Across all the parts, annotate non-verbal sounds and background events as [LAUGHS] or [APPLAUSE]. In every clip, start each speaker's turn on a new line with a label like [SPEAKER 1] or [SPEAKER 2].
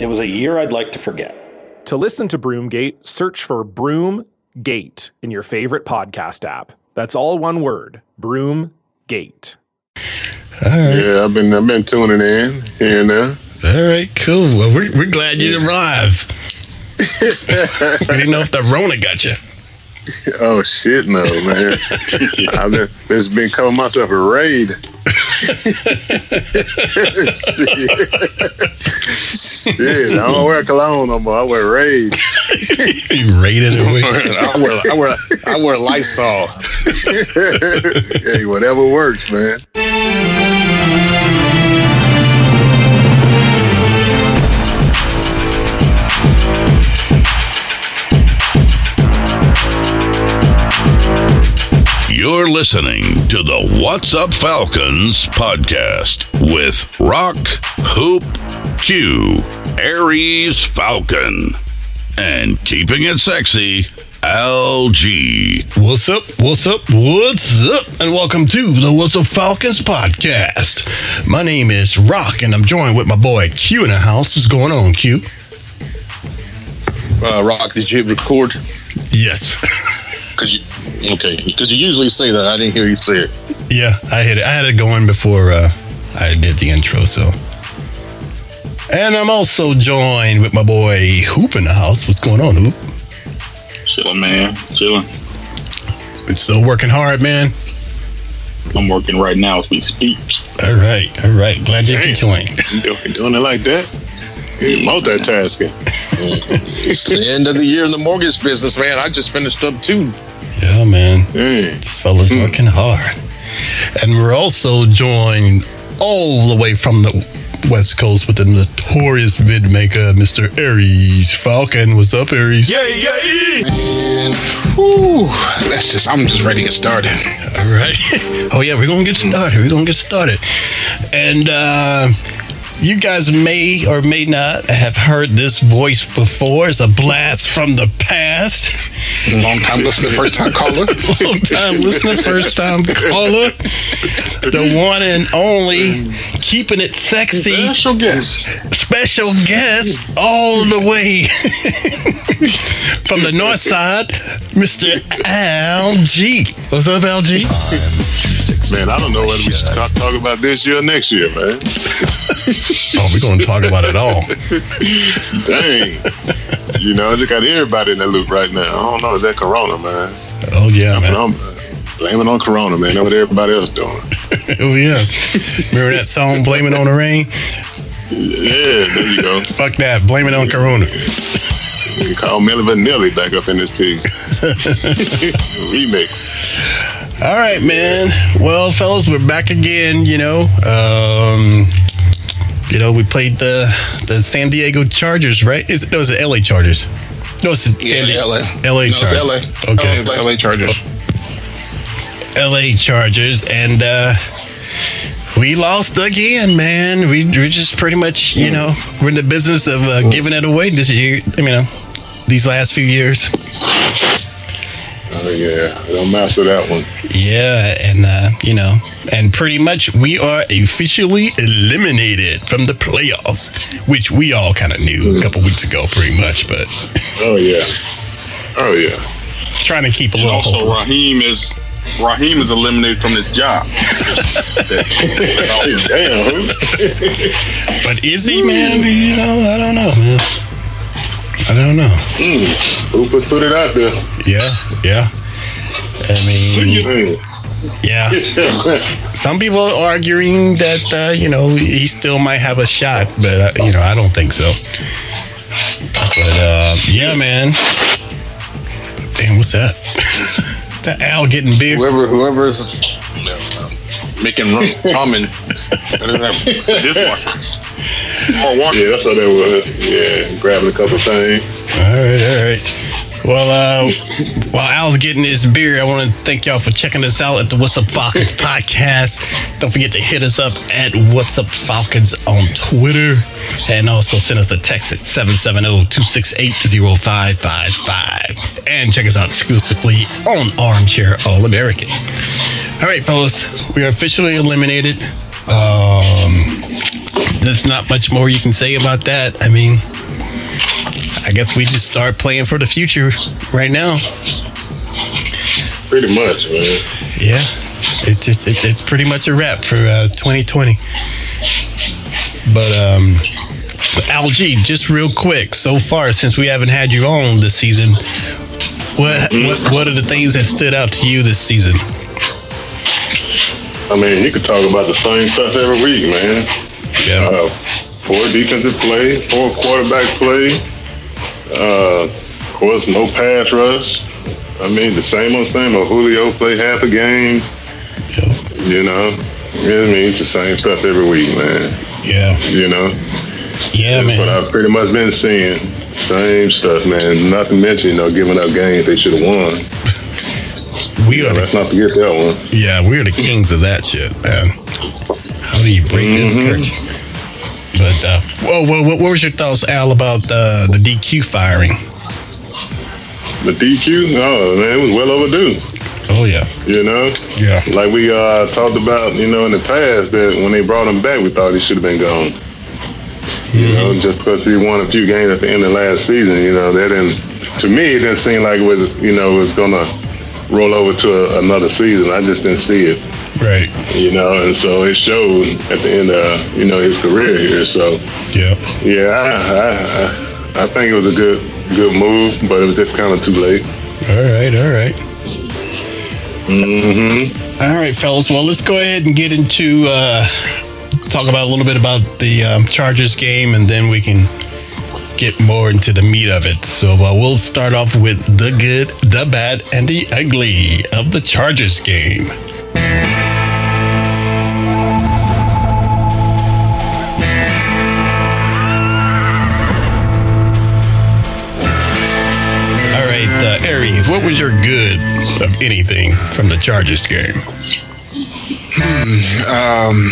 [SPEAKER 1] It was a year I'd like to forget.
[SPEAKER 2] To listen to Broomgate, search for Broomgate in your favorite podcast app. That's all one word Broomgate.
[SPEAKER 3] Yeah, I've been I've been tuning in here and there.
[SPEAKER 4] All right, cool. Well, we're, we're glad you arrived. we didn't know if the Rona got you.
[SPEAKER 3] Oh shit, no man! I've been it's been calling myself a raid. shit, I don't wear cologne no more. I wear raid.
[SPEAKER 4] you raided it.
[SPEAKER 3] I wear I wear I wear Lysol. [LAUGHS] hey, whatever works, man.
[SPEAKER 5] You're listening to the What's Up Falcons podcast with Rock, Hoop, Q, Aries Falcon, and keeping it sexy, LG.
[SPEAKER 4] What's up? What's up? What's up? And welcome to the What's Up Falcons podcast. My name is Rock, and I'm joined with my boy Q in the house. What's going on, Q?
[SPEAKER 3] Uh, Rock, did you hit record?
[SPEAKER 4] Yes.
[SPEAKER 3] Cause you okay? Because you usually say that. I didn't hear you say it.
[SPEAKER 4] [LAUGHS] yeah, I hit it. I had it going before uh, I did the intro, so. And I'm also joined with my boy Hoop in the house. What's going on, Hoop?
[SPEAKER 6] Chilling, man. Chilling.
[SPEAKER 4] It's still working hard, man.
[SPEAKER 6] I'm working right now as we speak.
[SPEAKER 4] All right, all right. Glad you could join.
[SPEAKER 3] You doing, doing it like that?
[SPEAKER 6] [LAUGHS]
[SPEAKER 3] Hey, multitasking. it's the end of the year in the mortgage business, man. I just finished up two.
[SPEAKER 4] Yeah, man.
[SPEAKER 3] Hey,
[SPEAKER 4] This fella's working hard. And we're also joined all the way from the West Coast with the notorious vid maker, Mr. Aries Falcon. What's up, Aries?
[SPEAKER 3] yeah, yeah. And whew, that's just. I'm just ready to get started.
[SPEAKER 4] All right. [LAUGHS] Oh, yeah, we're going to get started. We're going to get started. And uh, you guys may or may not have heard this voice before. It's a blast from the past.
[SPEAKER 3] Long time listener, first time caller.
[SPEAKER 4] Long time listener, first time caller. The one and only, keeping it sexy.
[SPEAKER 3] Special guest.
[SPEAKER 4] special guest all the way [LAUGHS] from the north side, Mr. Al G. What's up, Al G?
[SPEAKER 3] Man, I don't know whether we should talk, talk about this year or next year, man.
[SPEAKER 4] Oh, we're going to talk about it all.
[SPEAKER 3] Dang. you know, they got everybody in the loop right now. I don't know. That Corona, man.
[SPEAKER 4] Oh, yeah, man.
[SPEAKER 3] I'm blaming on Corona, man. Know what everybody else doing.
[SPEAKER 4] Oh, yeah. Remember that song, Blame It on the Rain?
[SPEAKER 3] Yeah, there you go.
[SPEAKER 4] Fuck that. Blame It on Corona.
[SPEAKER 3] We call Millie Vanilli back up in this piece. [LAUGHS] Remix.
[SPEAKER 4] All right, man. Well, fellas, we're back again. You know, um, you know, we played the the San Diego Chargers, right? Is it, no, it's the LA Chargers. No, it's the San Diego LA Chargers. Okay.
[SPEAKER 3] LA Chargers.
[SPEAKER 4] LA Chargers, and uh, we lost again, man. We, we're just pretty much, you know, we're in the business of uh, giving it away this year. I mean, uh, these last few years.
[SPEAKER 3] Oh, yeah. Don't master that one.
[SPEAKER 4] Yeah, and uh, you know, and pretty much we are officially eliminated from the playoffs, which we all kind of knew a couple weeks ago, pretty much. But
[SPEAKER 3] Oh, yeah. Oh, yeah.
[SPEAKER 4] trying to keep a
[SPEAKER 6] And
[SPEAKER 4] little
[SPEAKER 6] also,
[SPEAKER 4] hope.
[SPEAKER 6] Raheem is Raheem is eliminated from his job.
[SPEAKER 3] Oh, [LAUGHS] damn.
[SPEAKER 4] But is he, man? You know, I don't know, man. I don't know.
[SPEAKER 3] Who put, put it out there?
[SPEAKER 4] Yeah, yeah. I mean,
[SPEAKER 3] Mm. [LAUGHS]
[SPEAKER 4] Yeah. Some people are arguing that uh, you know he still might have a shot, but uh, you know I don't think so. But uh, yeah, man. Damn, what's that? [LAUGHS] that owl getting big.
[SPEAKER 7] Whoever, whoever's making rum- ramen.
[SPEAKER 6] Dishwasher.
[SPEAKER 3] Or water. Yeah, that's what that was. Yeah, grabbing a couple things.
[SPEAKER 4] All right, all right. Well, uh, while Al's getting his beer, I want to thank y'all for checking us out at the What's Up Falcons podcast. Don't forget to hit us up at What's Up Falcons on Twitter and also send us a text at oh, 770 268 0555. And check us out exclusively on Armchair All American. All right, fellas, we are officially eliminated. Um, there's not much more you can say about that. I mean, I guess we just start playing for the future right now.
[SPEAKER 3] Pretty much, man.
[SPEAKER 4] Yeah, it's it's it's, it's pretty much a wrap for uh, 2020. But um, but Al G, just real quick, so far since we haven't had you on this season, what what what are the things that stood out to you this season?
[SPEAKER 3] I mean, you could talk about the same stuff every week, man.
[SPEAKER 4] Yeah.
[SPEAKER 3] Uh, poor defensive play, poor quarterback play. Uh, of course, no pass rush. I mean, the same old same old. Julio play half a game. You know, I mean, it's the same stuff every week, man.
[SPEAKER 4] Yeah.
[SPEAKER 3] You know.
[SPEAKER 4] Yeah,
[SPEAKER 3] That's what I've pretty much been seeing. Same stuff, man. Not to mention, you know, giving up games they should have won.
[SPEAKER 4] We are.
[SPEAKER 3] Let's not forget that one.
[SPEAKER 4] Yeah, we're the kings of that shit, man. How do you break this curse? But uh, well, well, what, what was your thoughts, Al, about uh, the DQ firing?
[SPEAKER 3] The DQ, oh man, it was well overdue.
[SPEAKER 4] Oh yeah.
[SPEAKER 3] You know?
[SPEAKER 4] Yeah.
[SPEAKER 3] Like we uh, talked about, you know, in the past that when they brought him back, we thought he should have been gone. You know, just because he won a few games at the end of last season, you know, that didn't. To me, it didn't seem like it was, you know, it was gonna roll over to a, another season. I just didn't see it.
[SPEAKER 4] Right.
[SPEAKER 3] You know, and so it showed at the end of you know his career here. So
[SPEAKER 4] Yeah.
[SPEAKER 3] yeah, I, I, I, I think it was a good good move, but it was just kind of too late.
[SPEAKER 4] All right. All right.
[SPEAKER 3] Mm-hmm.
[SPEAKER 4] All right, fellas. Well, let's go ahead and get into uh, talk about a little bit about the um, Chargers game, and then we can get more into the meat of it. So uh, we'll start off with the good, the bad, and the ugly of the Chargers game. All right, uh, Aries, what was your good of anything from the Chargers game?
[SPEAKER 8] Um,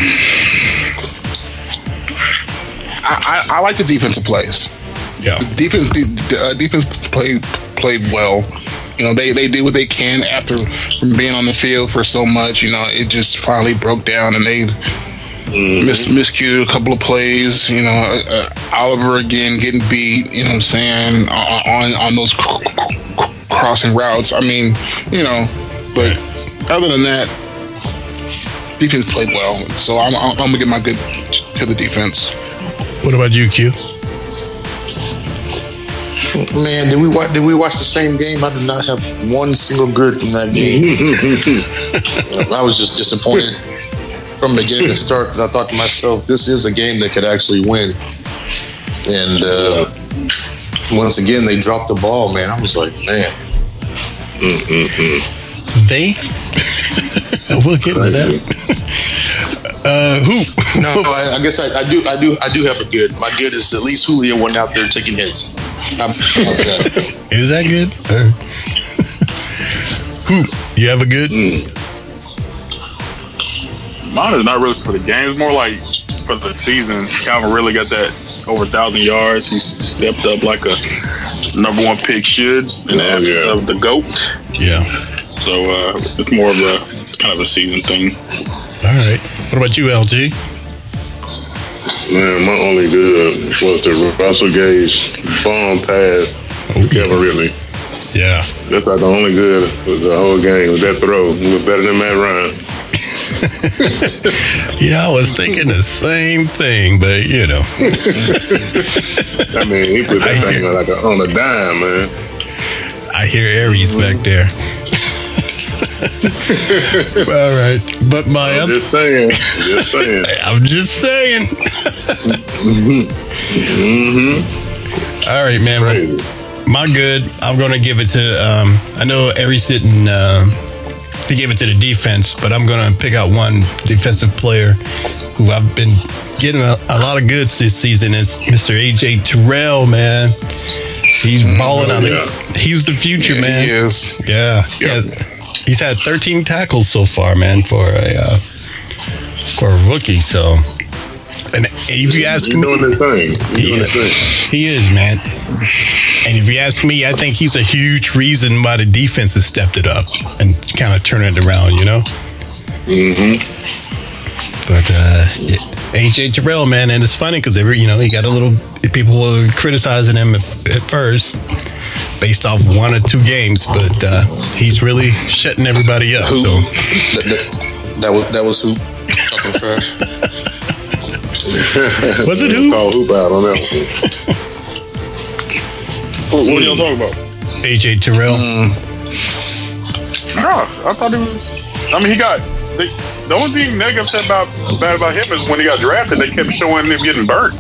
[SPEAKER 8] I, I, I like the defensive plays.
[SPEAKER 4] Yeah.
[SPEAKER 8] Defense, de- uh, defense played played well. You know, they, they did what they can after being on the field for so much. You know, it just finally broke down and they mis- miscued a couple of plays. You know, uh, uh, Oliver again getting beat. You know what I'm saying on on, on those c- c- c- crossing routes. I mean, you know, but other than that, defense played well. So I'm, I'm, I'm gonna get my good to the defense.
[SPEAKER 4] What about you, Q?
[SPEAKER 9] Man, did we watch? Did we watch the same game? I did not have one single good from that game. I was just disappointed from beginning to start because I thought to myself, this is a game that could actually win. And uh, once again, they dropped the ball. Man, I was like, man.
[SPEAKER 4] They? [LAUGHS] we'll get into that. [LAUGHS] uh, who?
[SPEAKER 9] No, I, I guess I, I do. I do. I do have a good. My good is at least Julio wasn't out there taking hits.
[SPEAKER 4] [LAUGHS]
[SPEAKER 9] I'm, I'm good.
[SPEAKER 4] Is that
[SPEAKER 9] [LAUGHS]
[SPEAKER 4] good? Uh, who? You have a good?
[SPEAKER 9] Hmm.
[SPEAKER 6] Mine is not really for the game. It's more like for the season. Calvin really got that over thousand yards. He s- stepped up like a number one pick should in
[SPEAKER 3] Oh,
[SPEAKER 6] the absence of the goat.
[SPEAKER 4] Yeah.
[SPEAKER 6] So uh, it's more of a it's kind of a season thing.
[SPEAKER 4] All right. What about you, LG?
[SPEAKER 3] Man, my only good was the Russell Gage bomb pass. Kevin Ridley.
[SPEAKER 4] Yeah.
[SPEAKER 3] That's like the only good was the whole game was that throw. It was better than Matt Ryan.
[SPEAKER 4] Yeah, I was thinking the same thing, but you know.
[SPEAKER 3] I mean, he put
[SPEAKER 7] [LAUGHS]
[SPEAKER 3] that thing on like a, on a dime, man.
[SPEAKER 4] I hear Aries back there. [LAUGHS] All right, but my
[SPEAKER 3] I'm just saying.
[SPEAKER 7] [LAUGHS]
[SPEAKER 3] Just saying.
[SPEAKER 4] I'm just saying. All right, man. My good. I'm going to give it to. Um, I know Aries didn't. Uh, he gave it to the defense, but I'm going to pick out one defensive player who I've been getting a, a lot of goods this season. It's Mr. AJ Terrell, man. He's balling on
[SPEAKER 7] Mm-hmm. Oh, yeah.
[SPEAKER 4] it. He's the future,
[SPEAKER 7] Yeah,
[SPEAKER 4] man.
[SPEAKER 7] he is.
[SPEAKER 4] Yeah. yeah. He's had 13 tackles so far, man, for a uh, for a rookie. So, and if you ask me,
[SPEAKER 3] doing his thing. He's
[SPEAKER 4] he,
[SPEAKER 3] doing his thing.
[SPEAKER 4] is, he is, man. And if you ask me, I think he's a huge reason why the defense has stepped it up and kind of turned it around, you know? Mm-hmm. But uh, yeah, AJ Terrell, man, and it's funny because every you know he got a little people were criticizing him at, at first based off one or two games, but uh, he's really shutting everybody up. So
[SPEAKER 9] That, that was that was who. Talking trash.
[SPEAKER 4] Was it
[SPEAKER 3] who? Call hoop out on that. one. what are y'all talking about?
[SPEAKER 4] AJ Terrell,
[SPEAKER 6] No, I thought he was. I mean, he got the, the only thing negative said about bad about him is when he got drafted, they kept showing him getting burnt.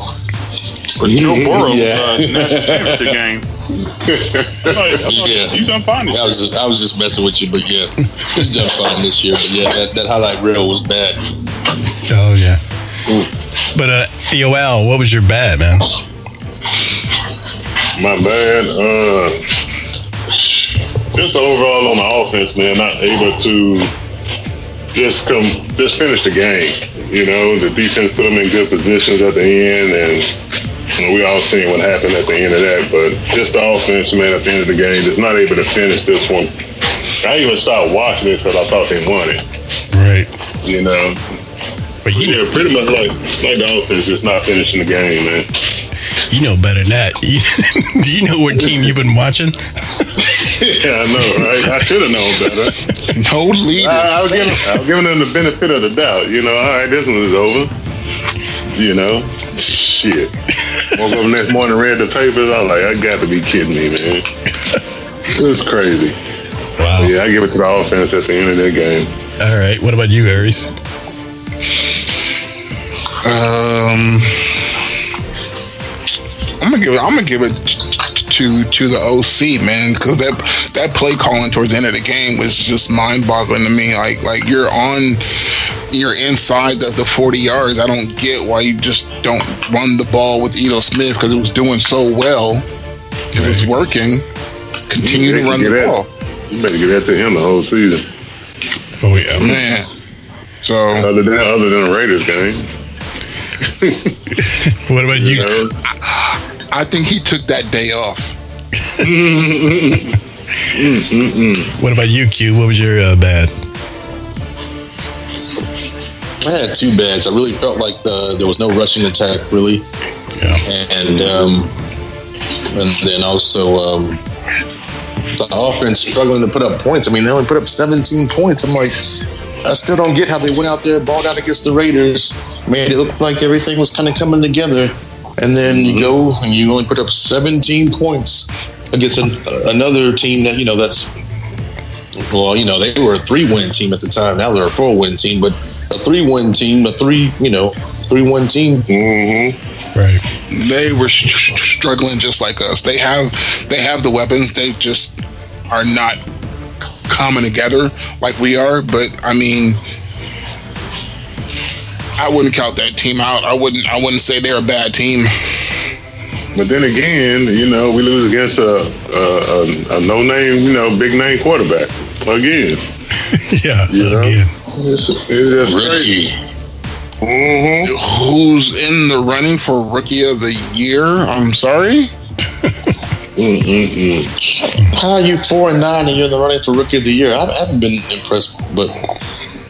[SPEAKER 6] But Joe
[SPEAKER 9] [LAUGHS]
[SPEAKER 6] Burrow, uh, national championship game.
[SPEAKER 4] [LAUGHS]
[SPEAKER 9] yeah.
[SPEAKER 6] You done fine
[SPEAKER 9] I was just, I was just messing with you, but yeah, he's done fine this year. But yeah, that, that highlight reel was bad.
[SPEAKER 4] oh yeah. But uh, Yoel, what was your bad, man?
[SPEAKER 3] My bad. Uh, just overall on the offense, man, not able to just come, just finish the game. You know, the defense put them in good positions at the end, and you know, we all seen what happened at the end of that. But just the offense, man, at the end of the game, just not able to finish this one. I even stopped watching this because I thought they won it.
[SPEAKER 4] Right.
[SPEAKER 3] You know.
[SPEAKER 4] But
[SPEAKER 3] yeah, pretty much like like the offense just not finishing the game, man.
[SPEAKER 4] You know better than that. [LAUGHS] You, do you know what team you've been watching?
[SPEAKER 3] Yeah, I know, right? I should have known better.
[SPEAKER 7] [LAUGHS] No leaders.
[SPEAKER 3] I, I, was giving, I was giving them the benefit of the doubt. You know, all right, this one is over. You know, shit. Woke up next morning, read the papers. I was like, I got to be kidding me, man. It was crazy.
[SPEAKER 4] Wow.
[SPEAKER 3] Yeah, I give it to the offense at the end of that game.
[SPEAKER 4] All right. What about you, Aries?
[SPEAKER 7] Um, I'm gonna give it. I'm gonna give it to to the OC man because that that play calling towards the end of the game was just mind boggling to me. Like like you're on, you're inside the, the 40 yards. I don't get why you just don't run the ball with Edo Smith because it was doing so well. It was working. Continue to
[SPEAKER 3] You
[SPEAKER 7] run
[SPEAKER 3] better
[SPEAKER 7] the
[SPEAKER 3] get
[SPEAKER 7] ball.
[SPEAKER 3] that- You better give that to him the whole season.
[SPEAKER 4] Oh yeah,
[SPEAKER 7] man. So
[SPEAKER 3] other than other than the Raiders game,
[SPEAKER 4] What about you?
[SPEAKER 7] I think he took that day off.
[SPEAKER 4] What about you, Q? What was your uh, bad?
[SPEAKER 9] I had two bads. I really felt like the, there was no rushing attack, really. And um, and then also um, the offense struggling to put up points. I mean, they only put up 17 points. I'm like, I still don't get how they went out there, balled out against the Raiders, made it look like everything was kind of coming together, and then you go and you only put up 17 points against an, another team that you know that's well, you know, they were a three-win team at the time. Now they're a four-win team, but a three-win team, a three, you know, three-win team.
[SPEAKER 4] Mm-hmm. Right.
[SPEAKER 7] they were sh- sh- struggling just like us. They have they have the weapons. They just are not coming together like we are. But I mean, I wouldn't count that team out. I wouldn't I wouldn't say they're a bad team.
[SPEAKER 3] But then again, you know, we lose against a a, a, a no name, you know, big name quarterback again.
[SPEAKER 4] [LAUGHS] yeah,
[SPEAKER 3] you know? It's, it's just crazy.
[SPEAKER 7] Mm-hmm. Who's in the running for rookie of the year? I'm sorry.
[SPEAKER 9] How are you four and nine and you're in the running for rookie of the year? I I haven't been impressed, but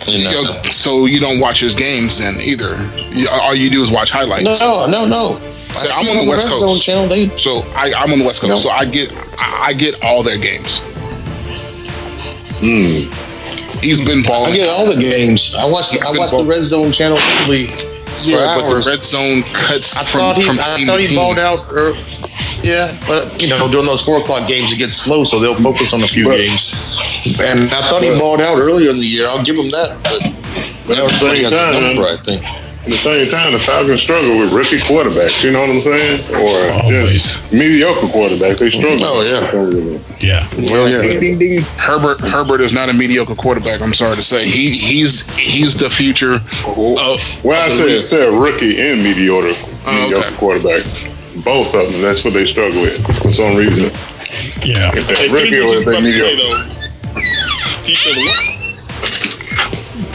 [SPEAKER 9] you know,
[SPEAKER 7] Yo, so you don't watch his games then either. You- All you do is watch highlights.
[SPEAKER 9] No, no, no.
[SPEAKER 7] I am on the West
[SPEAKER 9] Red
[SPEAKER 7] Coast.
[SPEAKER 9] Zone channel, they-
[SPEAKER 7] so I, I'm on the West Coast.
[SPEAKER 9] No.
[SPEAKER 7] So I get I I get all their games.
[SPEAKER 9] Hmm.
[SPEAKER 7] He's been balling.
[SPEAKER 9] I get all the games. I watch. I watch the Red Zone channel weekly for
[SPEAKER 7] Yeah, but
[SPEAKER 9] hours.
[SPEAKER 7] the red zone cuts
[SPEAKER 9] I
[SPEAKER 7] from,
[SPEAKER 9] thought he,
[SPEAKER 7] from
[SPEAKER 9] I
[SPEAKER 7] team
[SPEAKER 9] thought
[SPEAKER 7] to
[SPEAKER 9] he
[SPEAKER 7] team.
[SPEAKER 9] balled out. Or, yeah, but you know, during those four o'clock games, it gets slow, so they'll focus on a few games. And I thought he balled out earlier in the year. I'll give him that. But,
[SPEAKER 3] but at the same time,
[SPEAKER 9] number, I think.
[SPEAKER 3] At the same time, the Falcons struggle with rookie quarterbacks. You know what I'm saying? Or just mediocre quarterbacks. They struggle.
[SPEAKER 9] Oh, yeah.
[SPEAKER 4] Yeah.
[SPEAKER 9] Well, yeah.
[SPEAKER 7] Herbert Herbert is not a mediocre quarterback. I'm sorry to say he he's he's the future of.
[SPEAKER 3] Well, I
[SPEAKER 7] of the
[SPEAKER 3] said,
[SPEAKER 7] league.
[SPEAKER 3] said rookie and mediocre,
[SPEAKER 7] Oh,
[SPEAKER 3] mediocre
[SPEAKER 7] okay.
[SPEAKER 3] quarterback. Both of them. That's what they struggle with for some reason.
[SPEAKER 4] Yeah.
[SPEAKER 3] If they're rookie or if they're mediocre.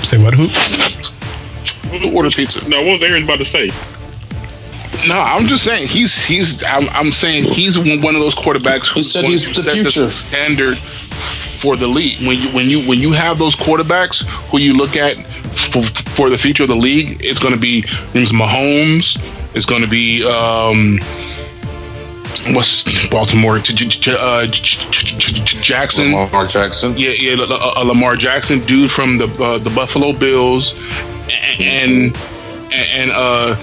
[SPEAKER 4] Say what? Who?
[SPEAKER 7] Order pizza.
[SPEAKER 10] No, what was Aaron about to say?
[SPEAKER 7] No, I'm just saying he's he's I'm, I'm saying he's one one of those quarterbacks who
[SPEAKER 9] said he's the future.
[SPEAKER 7] standard for the league. When you when you when you have those quarterbacks who you look at for, for the future of the league, it's going to be it's Mahomes. It's going to be um, what's Baltimore J- J- J- uh, J- J- J- J- Jackson.
[SPEAKER 9] Lamar Jackson.
[SPEAKER 7] Yeah, yeah, L- L- uh, Lamar Jackson, dude from the uh, the Buffalo Bills, a- and and, and uh,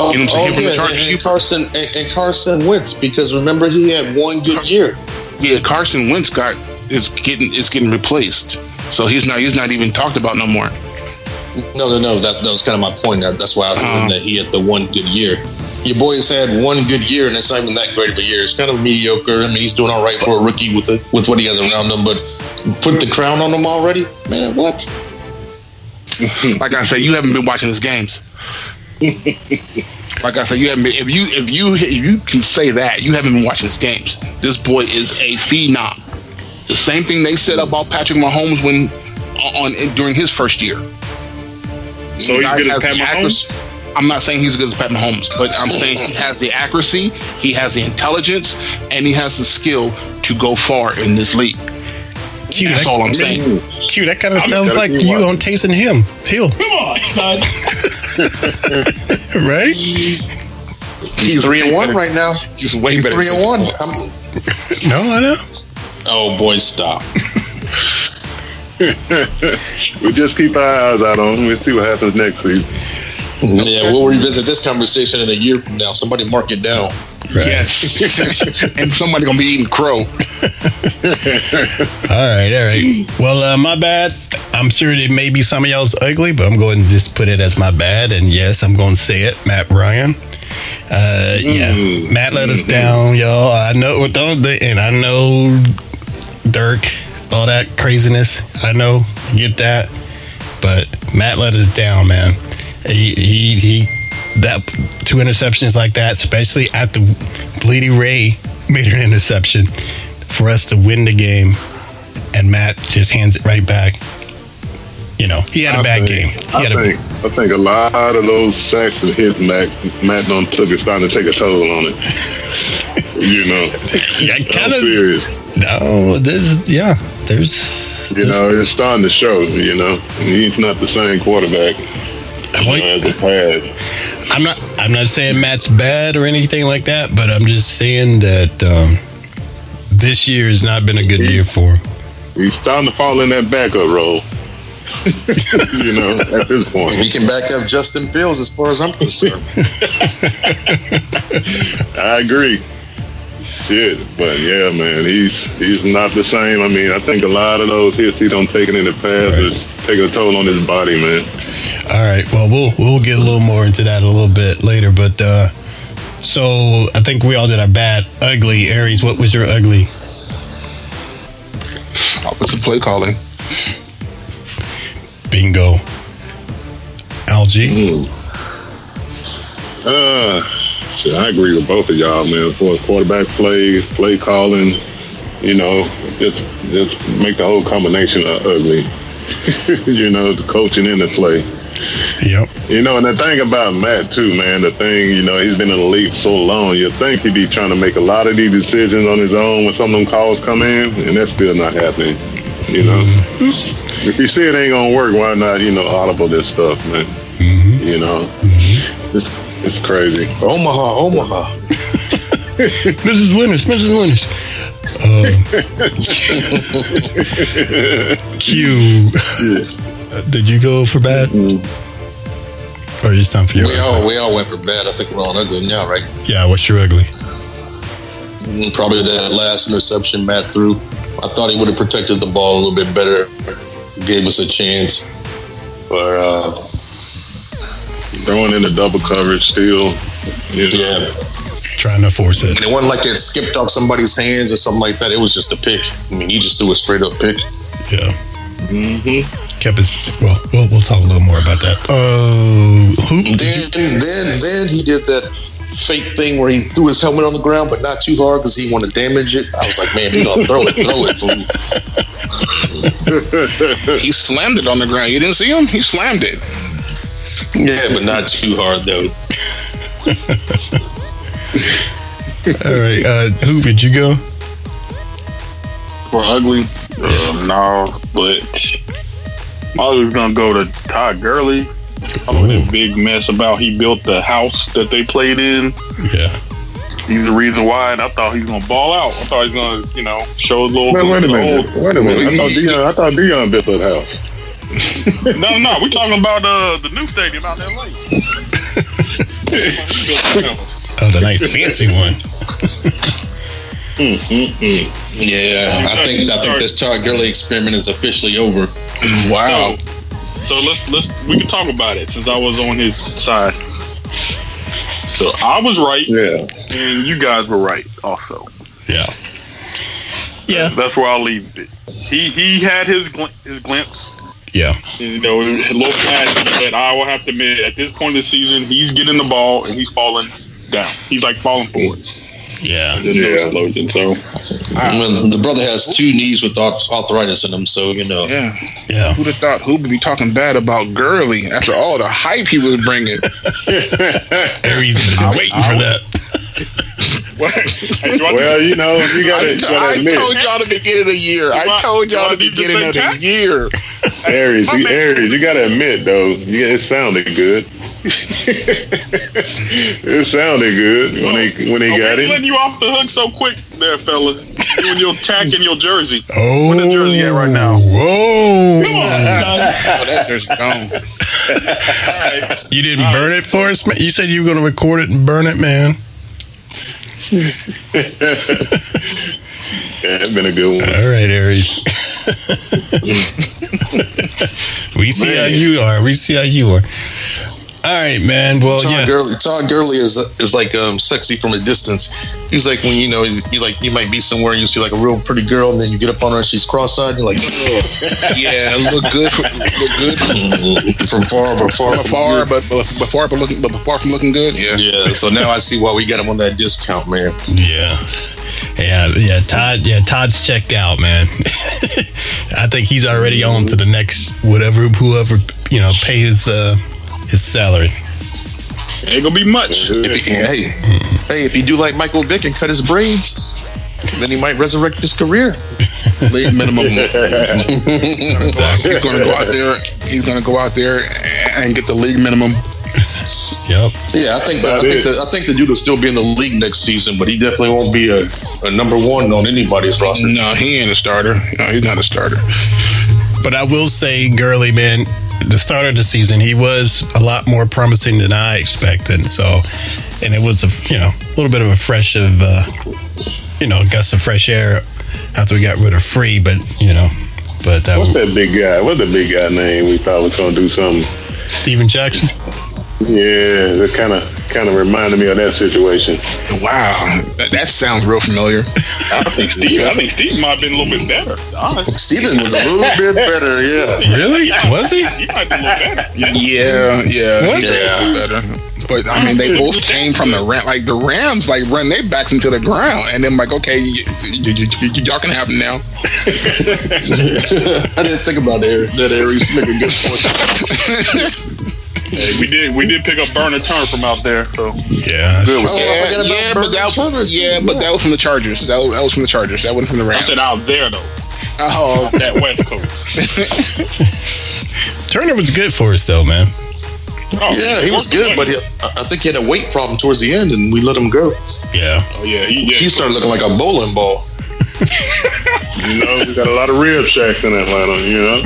[SPEAKER 9] Oh,
[SPEAKER 7] you know what I'm saying?
[SPEAKER 9] oh,
[SPEAKER 7] From the
[SPEAKER 9] yeah,
[SPEAKER 7] Chargers,
[SPEAKER 9] and, and Carson and, and Carson Wentz because remember he had one good year.
[SPEAKER 7] yeah, Carson Wentz got is getting is getting replaced, so he's not he's not even talked about no more.
[SPEAKER 9] No, no, no. That, that was kind of my point. That- That's why I
[SPEAKER 7] Uh-huh.
[SPEAKER 9] think that he had the one good year. Your boy has had one good year, and it's not even that great of a year. It's kind of mediocre. I mean, he's doing all right for a rookie with the, with what he has around him, but put the crown on him already, man. What?
[SPEAKER 7] Like I said, you haven't been watching his
[SPEAKER 10] [LAUGHS]
[SPEAKER 7] games. like I said, you haven't been. If you if you if you can say that you haven't been watching his games. This boy is a phenom. The same thing they said about Patrick Mahomes when on during his first year.
[SPEAKER 10] So he's
[SPEAKER 7] Guy
[SPEAKER 10] good as
[SPEAKER 7] has
[SPEAKER 10] Pat
[SPEAKER 7] the
[SPEAKER 10] Mahomes.
[SPEAKER 7] accuracy- I'm not saying he's as good as Pat Mahomes, but I'm saying he has the accuracy, he has the intelligence, and he has the skill to go far in this league.
[SPEAKER 4] Q,
[SPEAKER 7] That's
[SPEAKER 4] that,
[SPEAKER 7] all I'm saying.
[SPEAKER 4] Q, that kind of
[SPEAKER 7] I'm
[SPEAKER 4] sounds
[SPEAKER 7] gonna
[SPEAKER 4] like
[SPEAKER 7] be
[SPEAKER 4] you
[SPEAKER 7] watching.
[SPEAKER 4] on Taysom Hill. Hill. Come on, son. [LAUGHS] right?
[SPEAKER 7] He's
[SPEAKER 9] three and one
[SPEAKER 7] better.
[SPEAKER 9] right now.
[SPEAKER 7] He's way
[SPEAKER 9] He's
[SPEAKER 7] better.
[SPEAKER 9] three
[SPEAKER 7] than
[SPEAKER 9] and one.
[SPEAKER 7] Taysom
[SPEAKER 9] I'm,
[SPEAKER 4] No, I know.
[SPEAKER 9] oh boy, stop.
[SPEAKER 3] we just keep our eyes out on him. We'll see what happens next season.
[SPEAKER 9] yeah, we'll revisit this conversation in a year from now. Somebody mark it down.
[SPEAKER 7] Yes. [LAUGHS] and somebody gonna be eating crow.
[SPEAKER 4] All right, all right. Well, uh, my bad. I'm sure it may be some of y'all's ugly, but I'm going to just put it as my bad. And yes, I'm going to say it, Matt Ryan. Uh,
[SPEAKER 3] Mm-hmm.
[SPEAKER 4] yeah, Matt let us down, y'all. I know, don't they- and I know Dirk, all that craziness. I know, get that, but Matt let us down, man. He he, he that two interceptions like that, especially at the Bleedy Ray made an interception for us to win the game, and Matt just hands it right back. You know, he had a
[SPEAKER 3] I
[SPEAKER 4] bad
[SPEAKER 3] think-
[SPEAKER 4] game. He
[SPEAKER 3] I
[SPEAKER 4] had a
[SPEAKER 3] think, I think a lot of those sacks that hit Mac, Matt done took is starting to take a toll on it. you know,
[SPEAKER 4] I
[SPEAKER 3] I'm
[SPEAKER 4] kind of
[SPEAKER 3] serious.
[SPEAKER 4] no. There's yeah. There's
[SPEAKER 3] You know, it's starting to show. You know, he's not the same quarterback
[SPEAKER 4] I
[SPEAKER 3] you
[SPEAKER 4] want-
[SPEAKER 3] know, as a past.
[SPEAKER 4] I'm not. I'm not saying Matt's bad or anything like that, but I'm just saying that um, this year has not been a good year for him.
[SPEAKER 3] He's starting to fall in that backup role. [LAUGHS] you know, at this
[SPEAKER 9] He
[SPEAKER 3] point,
[SPEAKER 9] can back up Justin Fields as far as I'm concerned.
[SPEAKER 3] [LAUGHS] I agree. Shit, but yeah, man, he's he's not the same. I mean, I think a lot of those hits he done taken in the past is taking a toll on his body, man.
[SPEAKER 4] All right. Well, we'll we'll get a little more into that a little bit later, but uh, so I think we all did our bad, ugly. Aries, what was your ugly?
[SPEAKER 7] Oh, It's a play calling.
[SPEAKER 4] Bingo. LG.
[SPEAKER 3] Uh, shit, I agree with both of y'all, man. For quarterback play, play calling, you know, just just make the whole combination uh, ugly. [LAUGHS] you know, the coaching and the play.
[SPEAKER 4] Yep.
[SPEAKER 3] You know, and the thing about Matt too, man. The thing, you know, he's been in the league so long. You think he'd be trying to make a lot of these decisions on his own when some of them calls come in, and that's still not happening. You know,
[SPEAKER 9] Mm-hmm.
[SPEAKER 3] if you see it ain't gonna work, why not? You know, audible this stuff, man.
[SPEAKER 9] Mm-hmm.
[SPEAKER 3] You know, it's it's crazy.
[SPEAKER 9] Omaha, Omaha.
[SPEAKER 4] Mrs. Winters. Mrs. Winters. Um,
[SPEAKER 9] [LAUGHS]
[SPEAKER 4] Q. did you go for bad? Or it's time for your
[SPEAKER 9] Mm-hmm. We all we all went for bad. I think we're all ugly now, right?
[SPEAKER 4] Yeah, what's your ugly?
[SPEAKER 9] Probably that last interception Matt threw. I thought he would have protected the ball a little bit better, gave us a chance. But uh,
[SPEAKER 3] throwing in the double coverage still. You know.
[SPEAKER 9] Yeah.
[SPEAKER 4] Trying to force it.
[SPEAKER 9] And it wasn't like that skipped off somebody's hands or something like that. It was just a pick. I mean, he just threw a straight up pick.
[SPEAKER 4] Yeah.
[SPEAKER 9] Mm-hmm.
[SPEAKER 4] Kept his. Well, we'll, we'll talk a little more about that. Uh, who?
[SPEAKER 9] Then, then, then he did that fake thing where he threw his helmet on the ground, but not too hard because he wanted to damage it. I was like, man, if you're gonna throw it, throw it. fool.
[SPEAKER 8] [LAUGHS] he slammed it on the ground. You didn't see him? He slammed it.
[SPEAKER 9] Yeah, but not too hard though.
[SPEAKER 4] All right. Uh, who did you go?
[SPEAKER 6] For ugly, uh, no, but I'm always gonna go to Todd Gurley. Oh, that big mess about he built the house that they played in.
[SPEAKER 4] Yeah.
[SPEAKER 6] He's the reason why, and I thought he was gonna ball out. I thought he was gonna, you know, show his little.
[SPEAKER 3] Wait, wait a
[SPEAKER 6] his
[SPEAKER 3] minute.
[SPEAKER 6] old-
[SPEAKER 3] Wait a minute. I thought Dion. I thought Dion built that house.
[SPEAKER 6] no, no, we're talking about uh, the new stadium out in
[SPEAKER 8] [LAUGHS]
[SPEAKER 6] L.A.
[SPEAKER 4] Oh, the nice fancy one.
[SPEAKER 9] Mm-mm-mm. Yeah, I think I think this Todd Gurley experiment is officially over. Wow.
[SPEAKER 6] So let's let's we can talk about it since I was on his side. So I was right,
[SPEAKER 3] yeah,
[SPEAKER 6] and you guys were right also.
[SPEAKER 4] Yeah, yeah.
[SPEAKER 6] That's where I'll leave it. He he had his glim- his glimpse,
[SPEAKER 4] Yeah.
[SPEAKER 6] you know, a little pass that I will have to admit. At this point of the season, he's getting the ball and he's falling down. He's like falling forward.
[SPEAKER 4] Yeah.
[SPEAKER 6] explosion. So
[SPEAKER 9] Well, the brother has two knees with arth- arthritis in him, so you know.
[SPEAKER 8] Yeah.
[SPEAKER 4] Yeah.
[SPEAKER 8] Who'd have thought who would be talking bad about Gurley after all the hype he was bringing?
[SPEAKER 4] [LAUGHS] Aries has been waiting for that.
[SPEAKER 3] Well, you know, you gotta,
[SPEAKER 8] I,
[SPEAKER 3] you gotta admit,
[SPEAKER 8] told y'all the beginning of the year. I told y'all the beginning of the year.
[SPEAKER 3] Aries, you, Aries, you gotta admit though, you, it sounded good. [LAUGHS] it sounded good when they when they
[SPEAKER 6] Oh,
[SPEAKER 3] got
[SPEAKER 6] we
[SPEAKER 3] it.
[SPEAKER 6] letting you off the hook so quick, there, fella. You and your tack and your jersey.
[SPEAKER 4] Oh.
[SPEAKER 6] Where the jersey at right now?
[SPEAKER 4] Whoa.
[SPEAKER 6] Oh,
[SPEAKER 8] gone.
[SPEAKER 4] You didn't burn it for us, man. You said you were going to record it and burn it, man.
[SPEAKER 3] Yeah, it's been a good one.
[SPEAKER 4] All right, Aries. [LAUGHS] we see how you are. We see how you are. All right, man. Well,
[SPEAKER 9] Todd
[SPEAKER 4] yeah.
[SPEAKER 9] Gurley, Todd Gurley is is like um, sexy from a distance. He's like when you know you like you might be somewhere and you see like a real pretty girl and then you get up on her and she's cross-eyed. And you're like, [LAUGHS]
[SPEAKER 8] Yeah, look good. From, look good
[SPEAKER 9] "Ugh." from far, but far,
[SPEAKER 8] from
[SPEAKER 9] from
[SPEAKER 8] afar,
[SPEAKER 9] good.
[SPEAKER 8] but but far, but looking, but far from looking good. Yeah.
[SPEAKER 9] yeah. So now I see why we got him on that discount, man.
[SPEAKER 4] Yeah. Yeah, yeah, Todd. Yeah, Todd's checked out, man. [LAUGHS] I think he's already on to the next whatever, whoever you know, pay his uh, his salary.
[SPEAKER 6] Ain't gonna be much.
[SPEAKER 9] If he, hey, hey, if you do like Michael Vick and cut his braids, then he might resurrect his career.
[SPEAKER 8] League
[SPEAKER 9] [LAUGHS]
[SPEAKER 8] minimum. he's gonna go out there. He's gonna go out there and get the league minimum.
[SPEAKER 4] Yep.
[SPEAKER 9] Yeah, I think I think, the, I think the dude will still be in the league next season, but he definitely won't be a, a number one on anybody's roster.
[SPEAKER 8] No, he ain't a starter. No, he's not a starter.
[SPEAKER 4] But I will say, Gurley, man, the start of the season, he was a lot more promising than I expected. So, and it was a you know a little bit of a fresh of uh, you know gust of fresh air after we got rid of Free, but you know, but uh, that
[SPEAKER 3] What's
[SPEAKER 4] was
[SPEAKER 3] that big guy? What's the big guy name? We thought was gonna do something.
[SPEAKER 4] Steven Jackson.
[SPEAKER 3] Yeah, that kind of kind of reminded me of that situation.
[SPEAKER 8] Wow, that, that sounds real familiar.
[SPEAKER 6] I think Steve. I think Steve might have been a little bit better. to be Honest.
[SPEAKER 9] [LAUGHS] Steven was a little bit better, yeah.
[SPEAKER 4] Really? Was he?
[SPEAKER 6] He might be a little better.
[SPEAKER 8] Yeah, yeah,
[SPEAKER 4] What?
[SPEAKER 8] yeah. Better. But I mean, they both came from the Rams. Like the Rams, like run their backs into the ground, and then like, okay, y- y- y- y- y'all can have them now.
[SPEAKER 9] I didn't think about that, that Aries nigga good point.
[SPEAKER 6] Hey, we did. We did pick up Burner Turn from out there. So
[SPEAKER 4] Yeah.
[SPEAKER 6] was-
[SPEAKER 9] Oh, I
[SPEAKER 8] Yeah,
[SPEAKER 9] forgot about
[SPEAKER 8] yeah, but
[SPEAKER 9] Burton
[SPEAKER 8] that,
[SPEAKER 9] Turner, too.
[SPEAKER 8] yeah, but that was from the Chargers. That was, that was from the Chargers. That wasn't from the
[SPEAKER 6] I
[SPEAKER 8] Rams.
[SPEAKER 6] said out there though,
[SPEAKER 8] Oh,
[SPEAKER 6] that West Coast.
[SPEAKER 4] Turner was good for us though, man.
[SPEAKER 6] Oh,
[SPEAKER 9] Yeah, he was good, but he, I I think he had a weight problem towards the end, and we let him go.
[SPEAKER 4] Yeah.
[SPEAKER 6] oh yeah, he, yeah.
[SPEAKER 9] He started looking like a bowling ball.
[SPEAKER 3] You know, we got a lot of rib shacks in Atlanta. You know,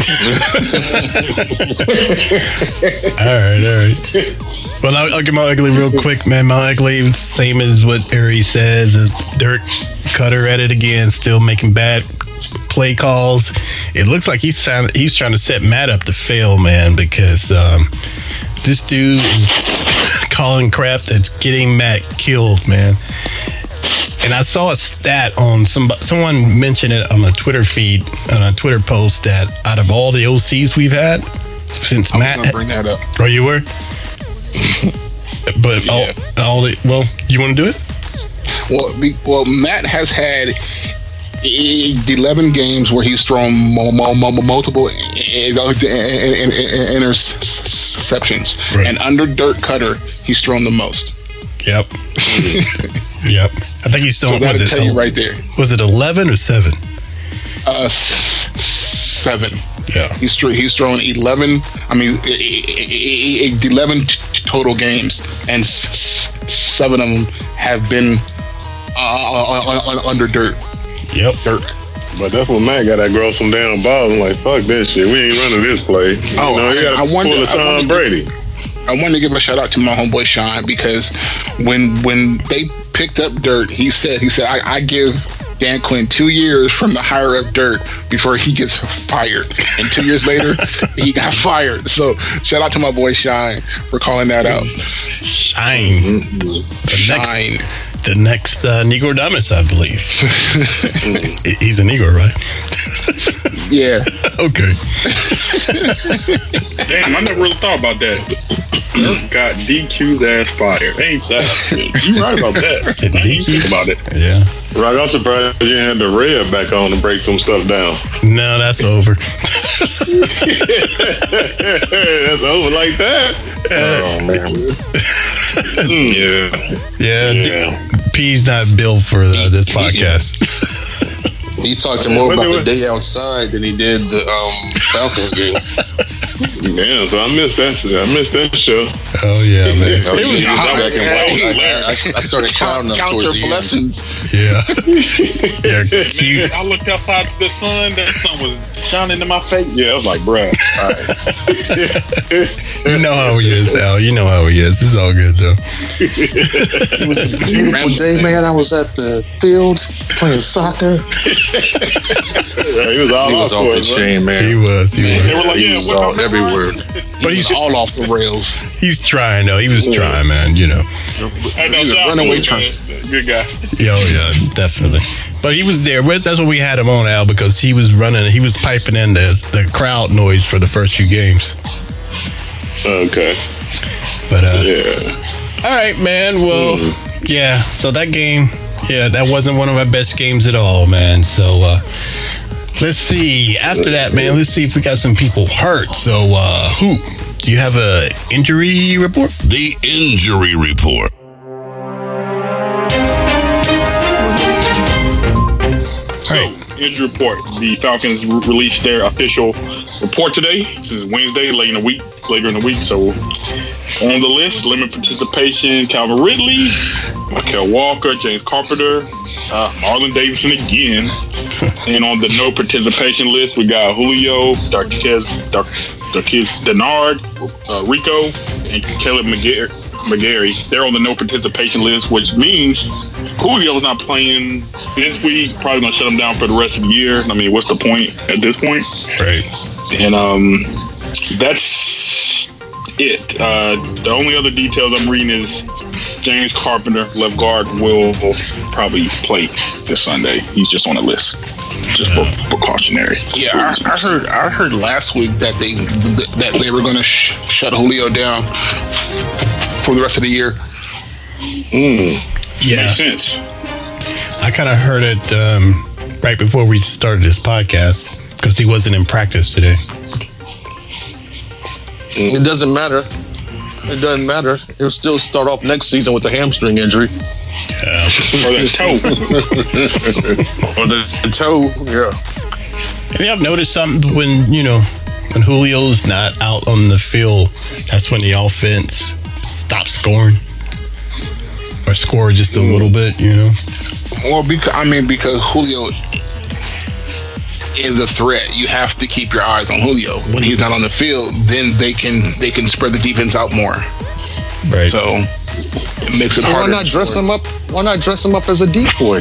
[SPEAKER 4] All right, all right. Well, I'll, I'll get my ugly real quick, man. My ugly, same as what Ari says, is Dirk Cutter at it again, still making bad play calls. It looks like he's trying, he's trying to set Matt up to fail, man, because um, this dude is [LAUGHS] calling crap that's getting Matt killed, man. And I saw a stat on some someone mentioned it on a Twitter feed on a Twitter post that out of all the OCs we've had since
[SPEAKER 7] I was
[SPEAKER 4] Matt,
[SPEAKER 7] gonna bring that up.
[SPEAKER 4] oh, you were,
[SPEAKER 7] [LAUGHS]
[SPEAKER 4] but all, all the well, you want to do it?
[SPEAKER 7] Well, be, well, Matt has had eh, eleven games where he's thrown mo- mo- mo- multiple eh, eh, eh, eh, interceptions, and under Dirt Cutter, he's thrown the most.
[SPEAKER 4] Yep.
[SPEAKER 7] [LAUGHS]
[SPEAKER 4] yep. I think he's still
[SPEAKER 7] So that'll
[SPEAKER 4] was it
[SPEAKER 7] tell you right there.
[SPEAKER 4] Was it eleven or seven?
[SPEAKER 7] Uh, s- s- seven.
[SPEAKER 4] Yeah.
[SPEAKER 7] He's thro- he's thrown eleven. I mean, eh, eh, eh, eh, eleven t- total games, and s- s- seven of them have been uh, uh, uh, uh, under Dirt.
[SPEAKER 4] Yep.
[SPEAKER 7] Dirt.
[SPEAKER 3] But that's what Matt got to grow some damn balls. I'm like, fuck that shit. We ain't running this play.
[SPEAKER 7] Oh,
[SPEAKER 3] you know,
[SPEAKER 7] I-
[SPEAKER 3] you
[SPEAKER 7] I
[SPEAKER 3] got to
[SPEAKER 7] wonder-
[SPEAKER 3] pull a
[SPEAKER 7] I
[SPEAKER 3] Tom
[SPEAKER 7] wonder-
[SPEAKER 3] Brady.
[SPEAKER 7] I wanted to give a shout out to my homeboy Sean because when when they picked up Dirt, he said he said I, I give Dan Quinn two years from the hire of Dirt before he gets fired, and two years
[SPEAKER 9] [LAUGHS]
[SPEAKER 7] later he got fired. So shout out to my boy Shine for calling that out.
[SPEAKER 4] Shine.
[SPEAKER 7] Mm-hmm.
[SPEAKER 4] The
[SPEAKER 7] Shine.
[SPEAKER 4] Next, the next uh, Negro Damas, I
[SPEAKER 7] [LAUGHS]
[SPEAKER 4] believe. He- He's a Negro, right?
[SPEAKER 9] [LAUGHS]
[SPEAKER 7] yeah.
[SPEAKER 4] Okay.
[SPEAKER 6] Damn, I never really thought about that. Got DQ'd ass fire. Ain't that? good. You right about that?
[SPEAKER 4] Didn't
[SPEAKER 6] Think about it.
[SPEAKER 4] Yeah.
[SPEAKER 3] Rock, I'm surprised you had the red back on to break some stuff down. [LAUGHS]
[SPEAKER 4] No, that's over.
[SPEAKER 3] that's over like
[SPEAKER 7] [LAUGHS]
[SPEAKER 3] that. oh man. Mm, yeah.
[SPEAKER 4] Yeah. D- P's not built for uh, this podcast.
[SPEAKER 9] He talked to more about the day outside than he did the um, Falcons
[SPEAKER 6] [LAUGHS]
[SPEAKER 9] game.
[SPEAKER 3] Yeah, so I missed that. shit. I missed that show.
[SPEAKER 4] Oh yeah, man.
[SPEAKER 9] I, was
[SPEAKER 3] I
[SPEAKER 9] back and watched.
[SPEAKER 3] was-
[SPEAKER 9] I, I, I started clowning him
[SPEAKER 7] Count
[SPEAKER 9] towards
[SPEAKER 7] your
[SPEAKER 9] the end.
[SPEAKER 7] blessings. [LAUGHS]
[SPEAKER 4] Yeah. yeah. Q-
[SPEAKER 6] I looked outside to the sun. That sun was shining in my face. Yeah, I was like, bruh. All right.
[SPEAKER 4] you know how he is, Al. You know how he is. It's all good though.
[SPEAKER 9] It was a beautiful day, man. I was at the field playing soccer.
[SPEAKER 3] He was all
[SPEAKER 9] He was off
[SPEAKER 3] for
[SPEAKER 9] the
[SPEAKER 3] it, bro.
[SPEAKER 9] chain, man.
[SPEAKER 4] He was. He was.
[SPEAKER 6] They were like,
[SPEAKER 9] He
[SPEAKER 6] yeah,
[SPEAKER 9] was
[SPEAKER 6] what
[SPEAKER 9] all
[SPEAKER 6] number one?
[SPEAKER 9] everywhere.
[SPEAKER 4] But he's
[SPEAKER 7] all off the rails.
[SPEAKER 4] he's trying though. He was trying, man. You know.
[SPEAKER 6] Hey, no,
[SPEAKER 7] He's a
[SPEAKER 6] shout out
[SPEAKER 7] runaway
[SPEAKER 6] to him, man. Good guy.
[SPEAKER 4] Yeah, oh, yeah, definitely. But he was there. That's what we had him on Al because he was running. He was piping in the the crowd noise for the first few games.
[SPEAKER 3] Okay.
[SPEAKER 4] But uh,
[SPEAKER 3] Yeah.
[SPEAKER 4] all right, man. Well, yeah. So that game, yeah, that wasn't one of my best games at all, man. So uh, let's see. After that, man, let's see if we got some people hurt. So uh, who? Do you have a injury report?
[SPEAKER 11] The injury report.
[SPEAKER 6] So, injury report. The Falcons re- released their official report today. This is Wednesday, late in the week, later in the week. So, on the list, limited participation: Calvin Ridley, Mikel Walker, James Carpenter, uh, Marlon Davidson again. and on the no participation list, we got Julio, Darquez, Dar- Darquez Denard, uh, Rico, and Caleb McGarry. McGarry. They're on the no participation list, which means Julio's not playing this week. Probably gonna shut him down for the rest of the year. I mean, what's the point at this point?
[SPEAKER 4] Right.
[SPEAKER 6] And um, that's it. Uh, the only other details I'm reading is James Carpenter, left guard, will, will probably play this Sunday. He's just on the list, just for precautionary.
[SPEAKER 7] Yeah, I, I heard. I heard last week that they that they were going to sh- shut Julio down for the rest of the year.
[SPEAKER 4] Yeah.
[SPEAKER 6] Makes sense.
[SPEAKER 4] I kind of heard it um, right before we started this podcast because he wasn't in practice today.
[SPEAKER 9] It doesn't matter. It doesn't matter. He'll still start off next season with a hamstring injury.
[SPEAKER 6] Or that toe. or
[SPEAKER 9] The
[SPEAKER 6] the
[SPEAKER 9] toe, yeah.
[SPEAKER 4] And I've noticed something when you know when Julio's not out on the field, that's when the offense stops scoring or score just a little bit. You know,
[SPEAKER 7] Well, because I mean, because Julio is a threat. You have to keep your eyes on Julio when he's not on the field. Then they can they can spread the defense out more.
[SPEAKER 4] right?
[SPEAKER 7] So it makes it
[SPEAKER 9] why
[SPEAKER 7] harder.
[SPEAKER 9] not
[SPEAKER 7] to
[SPEAKER 9] dress
[SPEAKER 7] score.
[SPEAKER 9] him up? Why not dress him up as a decoy?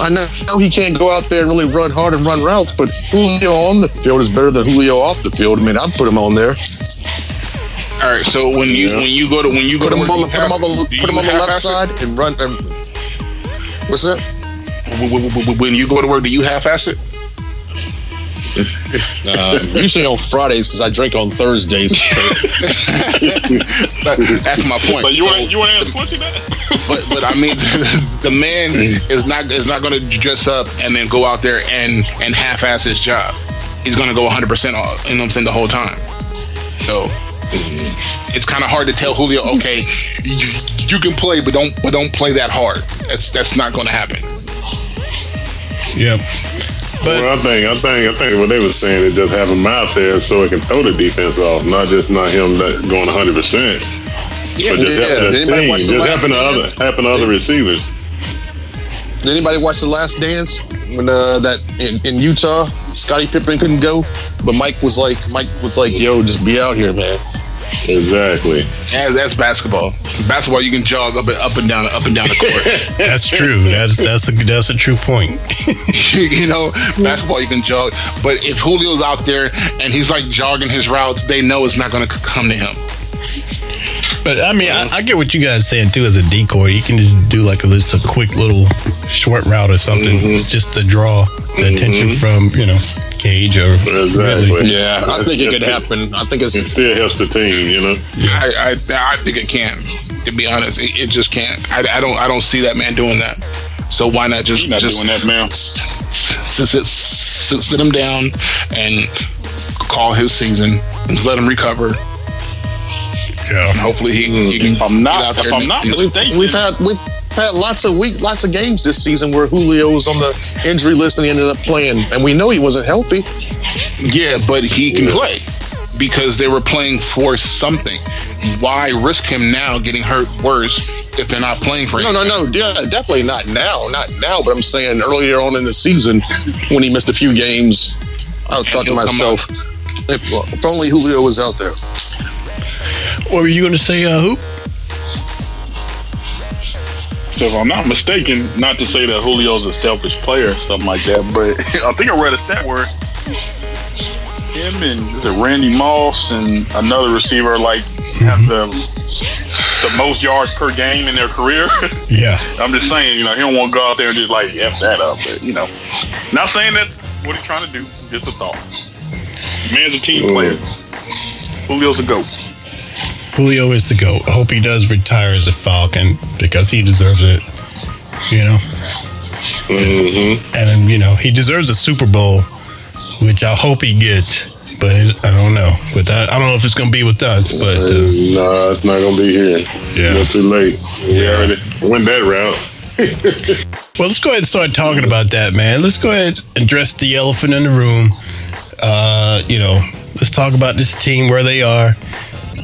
[SPEAKER 9] I know he can't go out there and really run hard and run routes, but Julio on the field is better than Julio off the field. I mean, I'd put him on there.
[SPEAKER 7] All right. So when you
[SPEAKER 9] Yeah.
[SPEAKER 7] when you go to when you go
[SPEAKER 9] Put
[SPEAKER 7] to
[SPEAKER 9] him on the
[SPEAKER 7] work,
[SPEAKER 9] put him on the
[SPEAKER 7] do you
[SPEAKER 9] put him on the
[SPEAKER 7] have
[SPEAKER 9] left
[SPEAKER 7] half-ass it?
[SPEAKER 9] side and run. And, what's that?
[SPEAKER 7] W- w- w- When you go to work, do you half-ass it?
[SPEAKER 9] Uh, usually on Fridays because I drink on Thursdays. [LAUGHS]
[SPEAKER 7] That's my point.
[SPEAKER 6] But you
[SPEAKER 7] So-
[SPEAKER 6] want you want to ask Quincy that?
[SPEAKER 7] but but I mean, [LAUGHS] the man
[SPEAKER 9] Mm.
[SPEAKER 7] is not is not going to dress up and then go out there and and half-ass his job. He's going to go 100 percent off. You know what I'm saying the whole time. So
[SPEAKER 9] Mm.
[SPEAKER 7] it's kind of hard to tell Julio, okay, you, you can play, but don't but don't play that hard. That's that's not going to happen.
[SPEAKER 4] Yeah.
[SPEAKER 3] well, I think I think I think what they were saying is just have him out there so it can throw the defense off, not just not him that going 100. percent
[SPEAKER 9] Yeah,
[SPEAKER 3] but just
[SPEAKER 9] yeah.
[SPEAKER 3] helping
[SPEAKER 9] Did
[SPEAKER 3] the
[SPEAKER 9] anybody
[SPEAKER 3] team,
[SPEAKER 9] watch the
[SPEAKER 3] just
[SPEAKER 9] last
[SPEAKER 3] helping the
[SPEAKER 9] dance?
[SPEAKER 3] other helping the other receivers.
[SPEAKER 9] Did anybody watch The Last Dance when uh, that in, in Utah, Scottie Pippen couldn't go, but Mike was like, Mike was like, "Yo, just be out here, man."
[SPEAKER 3] Exactly.
[SPEAKER 7] Yeah, that's basketball. Basketball, you can jog up and up and down, up and down the
[SPEAKER 9] [LAUGHS]
[SPEAKER 7] court. [LAUGHS]
[SPEAKER 4] That's true. That's that's a that's a true point.
[SPEAKER 7] you know, basketball, you can jog. But if Julio's out there and he's like jogging his routes, they know it's not going to come to him.
[SPEAKER 4] But I mean, I, I get what you guys saying too. As a decoy, you can just do like a, just a quick little short route or something,
[SPEAKER 3] Mm-hmm.
[SPEAKER 4] just to draw the attention from you know Cage or Ridley.
[SPEAKER 7] Yeah, I think it could happen. I think it's
[SPEAKER 3] it still helps the team. You know,
[SPEAKER 7] I, I, I think it can. To be honest, it, it just can't. I, I don't I don't see that man doing that. So why not just
[SPEAKER 6] He's not
[SPEAKER 7] just
[SPEAKER 6] doing that, man.
[SPEAKER 7] s- s- sit, sit, sit him down and call his season and let him recover. And
[SPEAKER 4] Yeah.
[SPEAKER 7] hopefully he, he can.
[SPEAKER 6] If I'm
[SPEAKER 7] get out
[SPEAKER 6] not
[SPEAKER 7] there
[SPEAKER 6] if
[SPEAKER 7] next
[SPEAKER 6] I'm not
[SPEAKER 7] season.
[SPEAKER 6] mistaken,
[SPEAKER 9] We've had we've had lots of week, lots of games this season where Julio was on the injury list and he ended up playing, and we know he wasn't healthy.
[SPEAKER 7] Yeah, but he can play because they were playing for something. Why risk him now getting hurt worse if they're not playing for
[SPEAKER 9] No,
[SPEAKER 7] him?
[SPEAKER 9] no, no. Yeah, definitely not now, not now. But I'm saying earlier on in the season when he missed a few games, I thought to
[SPEAKER 7] he'll come
[SPEAKER 9] myself, if, if only Julio was out there.
[SPEAKER 4] What were you going to say, uh, Hoop?
[SPEAKER 6] So if I'm not mistaken, not to say that Julio's a selfish player or something like that, but [LAUGHS] I think I read a stat where him and is it Randy Moss and another receiver like have the the most yards per game in their career. [LAUGHS]
[SPEAKER 4] Yeah.
[SPEAKER 6] I'm just saying, you know, he don't want to go out there and just like f that up, but you know, not saying that's what he's trying to do. Just a thought. Man's a team player. Julio's a goat.
[SPEAKER 4] Julio is the goat. I hope he does retire as a Falcon because he deserves it. You know,
[SPEAKER 3] mm-hmm.
[SPEAKER 4] and then, you know he deserves a Super Bowl, which I hope he gets. But I don't know. With that, I don't know if it's going to be with us. But uh,
[SPEAKER 3] nah, it's not gonna be here.
[SPEAKER 4] Yeah.
[SPEAKER 3] It's too late. We
[SPEAKER 4] Yeah.
[SPEAKER 3] already went that route.
[SPEAKER 4] Well, let's go ahead and start talking about that, man. Let's go ahead and address the elephant in the room. Uh, you know, let's talk about this team, where they are,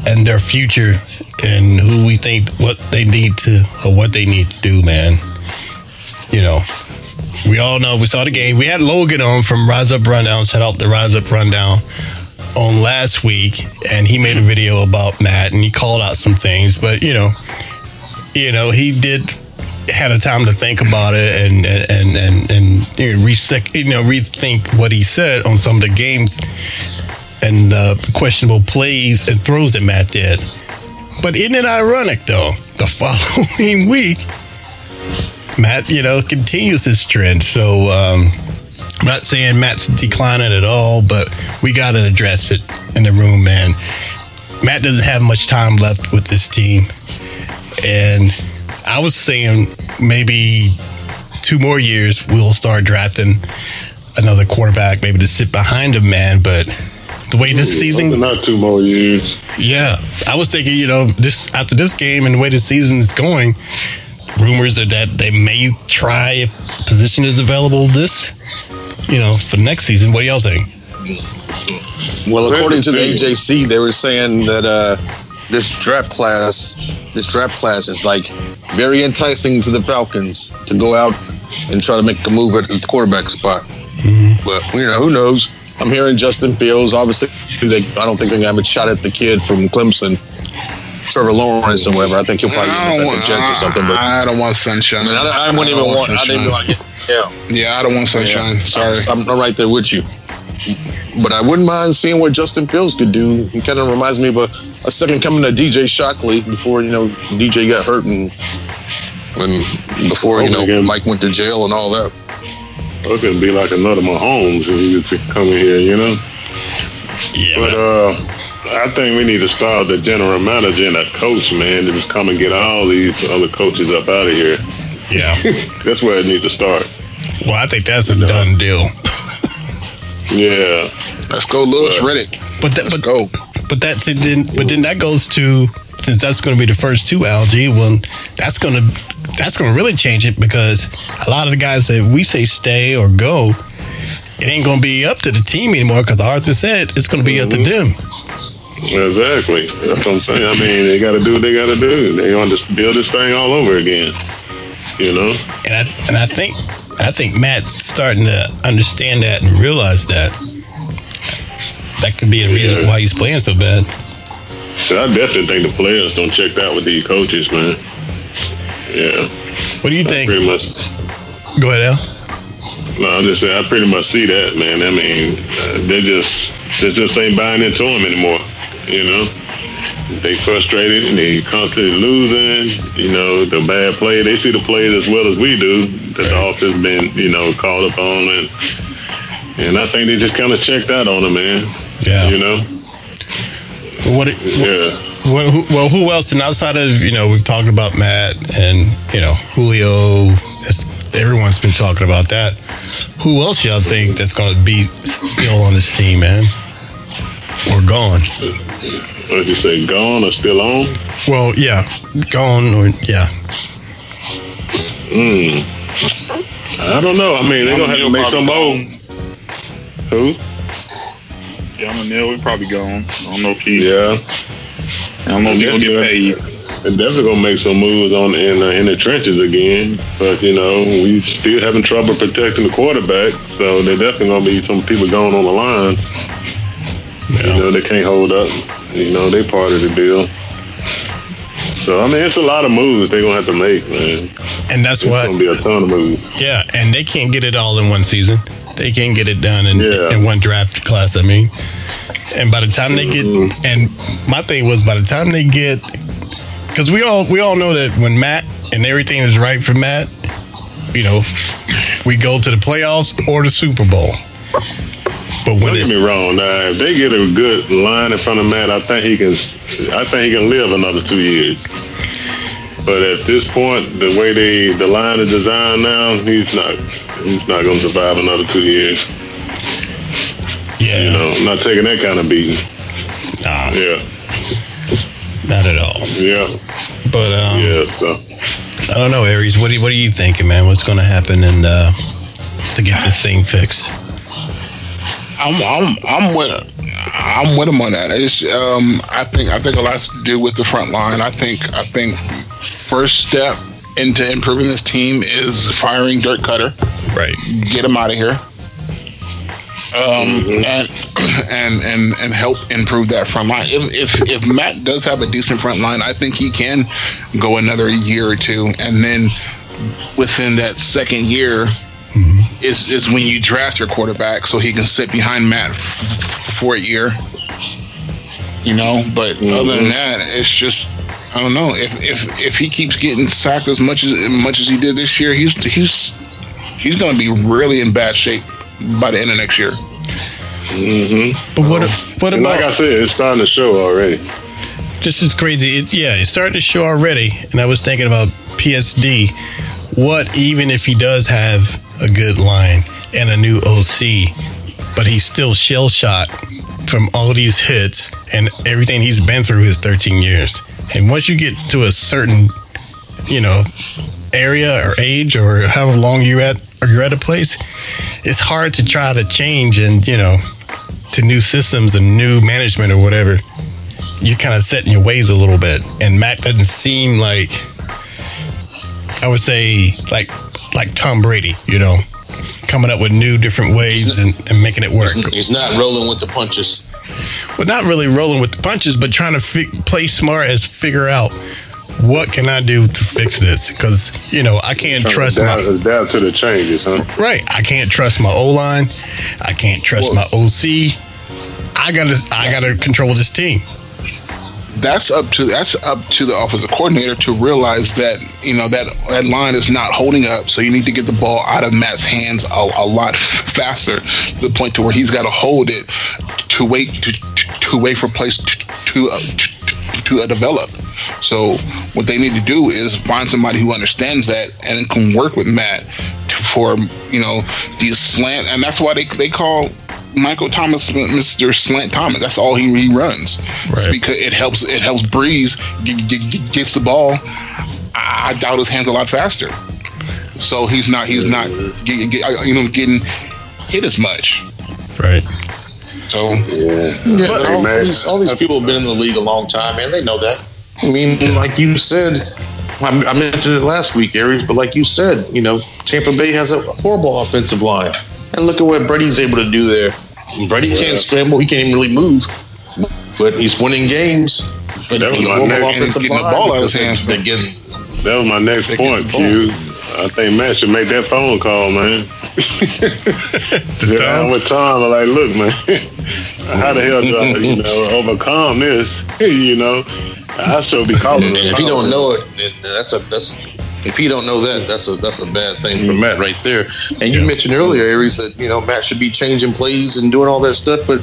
[SPEAKER 4] and their future, and who we think what they need to or what they need to do, man. You know, we all know we saw the game. We had Logan on from Rise Up Rundown, set out the Rise Up Rundown on last week, and he made a video about Matt, and he called out some things, but you know, you know, he did had a time to think about it and and and and, and you know, resec- you know rethink what he said on some of the games and uh, questionable plays and throws that Matt did. But isn't it ironic though? The [LAUGHS] following week, Matt, you know, continues his trend. So um, I'm not saying Matt's declining at all, but we got to address it in the room, man. Matt doesn't have much time left with this team and I was saying maybe two more years we'll start drafting another quarterback, maybe to sit behind him, man. But the way this season,
[SPEAKER 3] Not two more years.
[SPEAKER 4] yeah, I was thinking, you know, this after this game and the way the season is going, rumors are that they may try if position is available this, you know, for next season. What do y'all think?
[SPEAKER 9] Well,
[SPEAKER 3] Very
[SPEAKER 9] according to the
[SPEAKER 3] good.
[SPEAKER 9] AJC, they were saying that uh, this draft class, this draft class is like very enticing to the Falcons to go out and try to make a move at the quarterback spot. But you know, who knows? I'm hearing Justin Fields. Obviously, they, I don't think they're gonna have a shot at the kid from Clemson, Trevor Lawrence, or whatever. I think he'll probably
[SPEAKER 7] I
[SPEAKER 9] end
[SPEAKER 7] don't
[SPEAKER 9] up at
[SPEAKER 7] want
[SPEAKER 9] the Jets or something. But I,
[SPEAKER 7] I don't want sunshine.
[SPEAKER 9] mean, I, I wouldn't
[SPEAKER 7] I
[SPEAKER 9] even
[SPEAKER 7] don't
[SPEAKER 9] want. I didn't
[SPEAKER 7] sunshine.
[SPEAKER 9] like it. Yeah.
[SPEAKER 7] Yeah, I don't want sunshine.
[SPEAKER 9] Yeah.
[SPEAKER 7] Sorry.
[SPEAKER 9] I'm, I'm right there with you. But I wouldn't mind seeing what Justin Fields could do. He kind of reminds me of a, a second coming to DJ Shockley before, you know, DJ got hurt and when before,
[SPEAKER 7] Oh
[SPEAKER 9] you know, Mike went to jail and all that.
[SPEAKER 3] It could be like another Mahomes if he was to come in here, you know? Yeah. But uh, I think we need to start the general manager and a coach, man, to just come and get all these other coaches up out of here.
[SPEAKER 4] Yeah.
[SPEAKER 3] [LAUGHS] that's where it needs to start.
[SPEAKER 4] Well, I think that's a done deal.
[SPEAKER 3] Yeah.
[SPEAKER 7] Let's go, Lewis Reddick.
[SPEAKER 4] But that, but, go. But that's it. Then, but then that goes to since that's going to be the first two algae. Well, that's going to that's going to really change it because a lot of the guys that we say stay or go, it ain't going to be up to the team anymore. Because Arthur said it's going to be up to them.
[SPEAKER 3] Exactly. That's what I'm saying. I mean, they got to do what they got to do. They want to build this thing all over again. You know?
[SPEAKER 4] And I and I think I think Matt's starting to understand that and realize that that could be a reason why he's playing so bad.
[SPEAKER 3] So I definitely think the players don't check out with these coaches, man. Yeah.
[SPEAKER 4] What do you think?
[SPEAKER 3] Pretty much.
[SPEAKER 4] Go ahead, Al.
[SPEAKER 3] No, I'm just saying. I pretty much see that, man. I mean, uh, they just they just ain't buying into him anymore. You know, they frustrated and they constantly losing. You know, the bad play. They see the plays as well as we do. That the office been you know called upon and and I think they just kind of checked out on him, man.
[SPEAKER 4] Yeah.
[SPEAKER 3] You know.
[SPEAKER 4] What? It, yeah. What, who, well, who else? And outside of you know, we've talked about Matt and you know Julio. That's, everyone's been talking about that. Who else y'all think that's going to be still on this team, man, or gone?
[SPEAKER 3] What did you say? Gone or still on?
[SPEAKER 4] Well, yeah, gone or yeah.
[SPEAKER 3] Mm. I don't know. I mean, they're gonna have to make some more. Who?
[SPEAKER 12] Yeah, I'm a nil. We probably gone. I don't know if he.
[SPEAKER 3] Yeah.
[SPEAKER 12] I don't know if he gonna get paid.
[SPEAKER 3] They're definitely gonna make some moves on in the, in the trenches again, but you know we still having trouble protecting the quarterback, so there definitely gonna be some people going on the line. You know they can't hold up. You know they part of the deal. So I mean it's a lot of moves they're gonna have to make, man.
[SPEAKER 4] And that's
[SPEAKER 3] it's
[SPEAKER 4] what-
[SPEAKER 3] gonna be a ton of moves.
[SPEAKER 4] Yeah, and they can't get it all in one season. They can't get it done in, in one draft class. I mean, and by the time they get,
[SPEAKER 3] Mm-hmm.
[SPEAKER 4] and my thing was by the time they get, because we all we all know that when Matt and everything is right for Matt, you know, we go to the playoffs or the Super Bowl. But
[SPEAKER 3] Don't get me wrong. Now, if they get a good line in front of Matt, I think he can. I think he can live another two years. But at this point, the way they the line is designed now, he's not. He's not going to survive another two years.
[SPEAKER 4] Yeah.
[SPEAKER 3] You know, not taking that kind of beating.
[SPEAKER 4] Nah.
[SPEAKER 3] Yeah.
[SPEAKER 4] Not at all.
[SPEAKER 3] Yeah.
[SPEAKER 4] But um,
[SPEAKER 3] yeah, so.
[SPEAKER 4] I don't know, Aries. What do you, what are you thinking, man? What's going to happen and uh, to get this thing fixed?
[SPEAKER 7] I'm I'm I'm with I'm with him on that. It's um I think I think a lot's to do with the front line. I think I think first step into improving this team is firing Dirt Cutter.
[SPEAKER 4] Right.
[SPEAKER 7] Get him out of here. Um and and [CLEARS THROAT] and and help improve that front line. If if if Matt does have a decent front line, I think he can go another year or two and then within that second year is is when you draft your quarterback so he can sit behind Matt f- for a year. You know, but other than that, it's just I don't know if if if he keeps getting sacked as much as much as he did this year, he's he's he's going to be really in bad shape by the end of next year.
[SPEAKER 3] Mm-hmm.
[SPEAKER 4] But what? What
[SPEAKER 3] and like I said, it's starting to show already.
[SPEAKER 4] Just as crazy. It, yeah, it's starting to show already. And I was thinking about PSD. What even if he does have a good line and a new OC, but he's still shell shot from all these hits and everything he's been through his 13 years. And once you get to a certain, you know, area or age or however long you're at or you're at a place, it's hard to try to change and, you know, to new systems and new management or whatever you're kind of set in your ways a little bit. And Matt doesn't seem like I would say like like Tom Brady, you know, coming up with new different ways and, and making it work.
[SPEAKER 9] He's not rolling with the punches.
[SPEAKER 4] Well, not really rolling with the punches, but trying to fi- play smart as figure out what can I do to fix this? Because you know I can't trust
[SPEAKER 3] adapt,
[SPEAKER 4] my
[SPEAKER 3] adapt to the changes, huh?
[SPEAKER 4] right. I can't trust my O line. I can't trust my OC. I gotta I gotta control this team.
[SPEAKER 7] that's up to that's up to the offensive coordinator to realize that you know that that line is not holding up. So you need to get the ball out of Matt's hands a, a lot f- faster to the point to where he's got to hold it to wait to, to, to wait for plays to to, uh, to, to uh, develop. So what they need to do is find somebody who understands that and can work with Matt to, for you know these slant, and that's why they they call Michael Thomas, Mr. Slant Thomas. That's all he, he runs. It's because it helps it helps Breeze get, get, get- gets the ball. I, I doubt his hands a lot faster. So he's not he's not get, get, uh, you know getting hit as much.
[SPEAKER 4] Right.
[SPEAKER 7] So
[SPEAKER 9] Yeah, all, these, all these people have been in the league a long time, man. They know that. I mean, like you said, I, I mentioned it last week, Aries, but like you said, you know, Tampa Bay has a horrible offensive line. And look at what Brady's able to do there. Brady can't scramble, he can't even really move, but he's winning games. But
[SPEAKER 3] That was
[SPEAKER 9] he's
[SPEAKER 3] my
[SPEAKER 9] horrible
[SPEAKER 3] next- and he's
[SPEAKER 9] offensive
[SPEAKER 3] getting the
[SPEAKER 9] line
[SPEAKER 3] ball out of his
[SPEAKER 9] because
[SPEAKER 3] hands,
[SPEAKER 9] they- they get-
[SPEAKER 3] That was my next point, Q. I think Matt should make that phone call, man. Sit down with Tom and like, look, man, how the hell do I, you know,
[SPEAKER 9] [LAUGHS]
[SPEAKER 3] overcome this? you know, I should be calling.
[SPEAKER 9] And if you don't know it, then that's a that's if you don't know that, that's a that's a bad thing for Matt right there. And you mentioned earlier, Aries, that you know Matt should be changing plays and doing all that stuff, but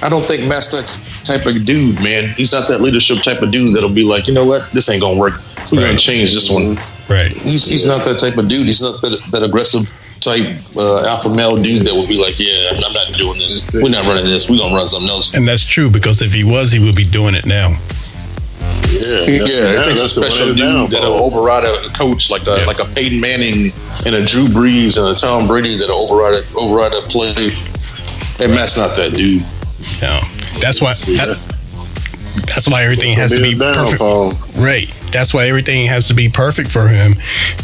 [SPEAKER 9] I don't think Matt's that type of dude, man. He's not that leadership type of dude that'll be like, you know what, this ain't gonna work. We're gonna change this one.
[SPEAKER 4] Right.
[SPEAKER 9] He's he's not that type of dude. He's not that that aggressive type uh, alpha male dude that would be like, yeah, I'm not doing this. We're not running this. We're gonna run something else.
[SPEAKER 4] And that's true because if he was, he would be doing it now.
[SPEAKER 3] Yeah,
[SPEAKER 9] yeah, it takes a special dude that'll override a coach like a like a Peyton Manning and a Drew Brees and a Tom Brady that'll override a override a play. And Matt's not that dude.
[SPEAKER 4] No, that's why. that- that's why everything has to be perfect. Right. That's why everything has to be perfect for him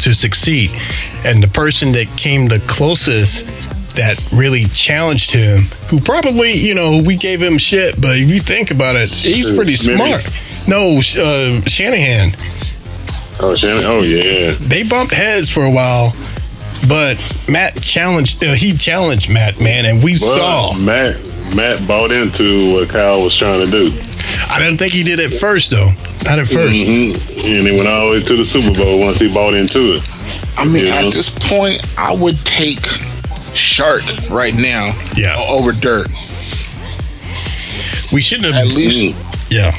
[SPEAKER 4] to succeed. And the person that came the closest that really challenged him, who probably, you know, we gave him shit, but if you think about it, he's
[SPEAKER 3] Uh,
[SPEAKER 4] pretty
[SPEAKER 3] Smitty?
[SPEAKER 4] smart. No, Sh- uh, Shanahan.
[SPEAKER 3] Oh, Shannon. Oh, yeah.
[SPEAKER 4] They bumped heads for a while, but Matt challenged. Uh, he challenged Matt, man, and we
[SPEAKER 3] Well,
[SPEAKER 4] saw.
[SPEAKER 3] Matt Matt bought into what Kyle was trying to do.
[SPEAKER 4] I didn't think he did at first, though. Not at 1st
[SPEAKER 3] Hmm, And he went all the way to the Super Bowl once he bought into it.
[SPEAKER 7] I mean,
[SPEAKER 3] Yeah.
[SPEAKER 7] at this point, I would take Shark right now
[SPEAKER 4] Yeah.
[SPEAKER 7] o- over Dirt.
[SPEAKER 4] We shouldn't
[SPEAKER 7] have. At
[SPEAKER 9] Mm.
[SPEAKER 7] least
[SPEAKER 4] Yeah.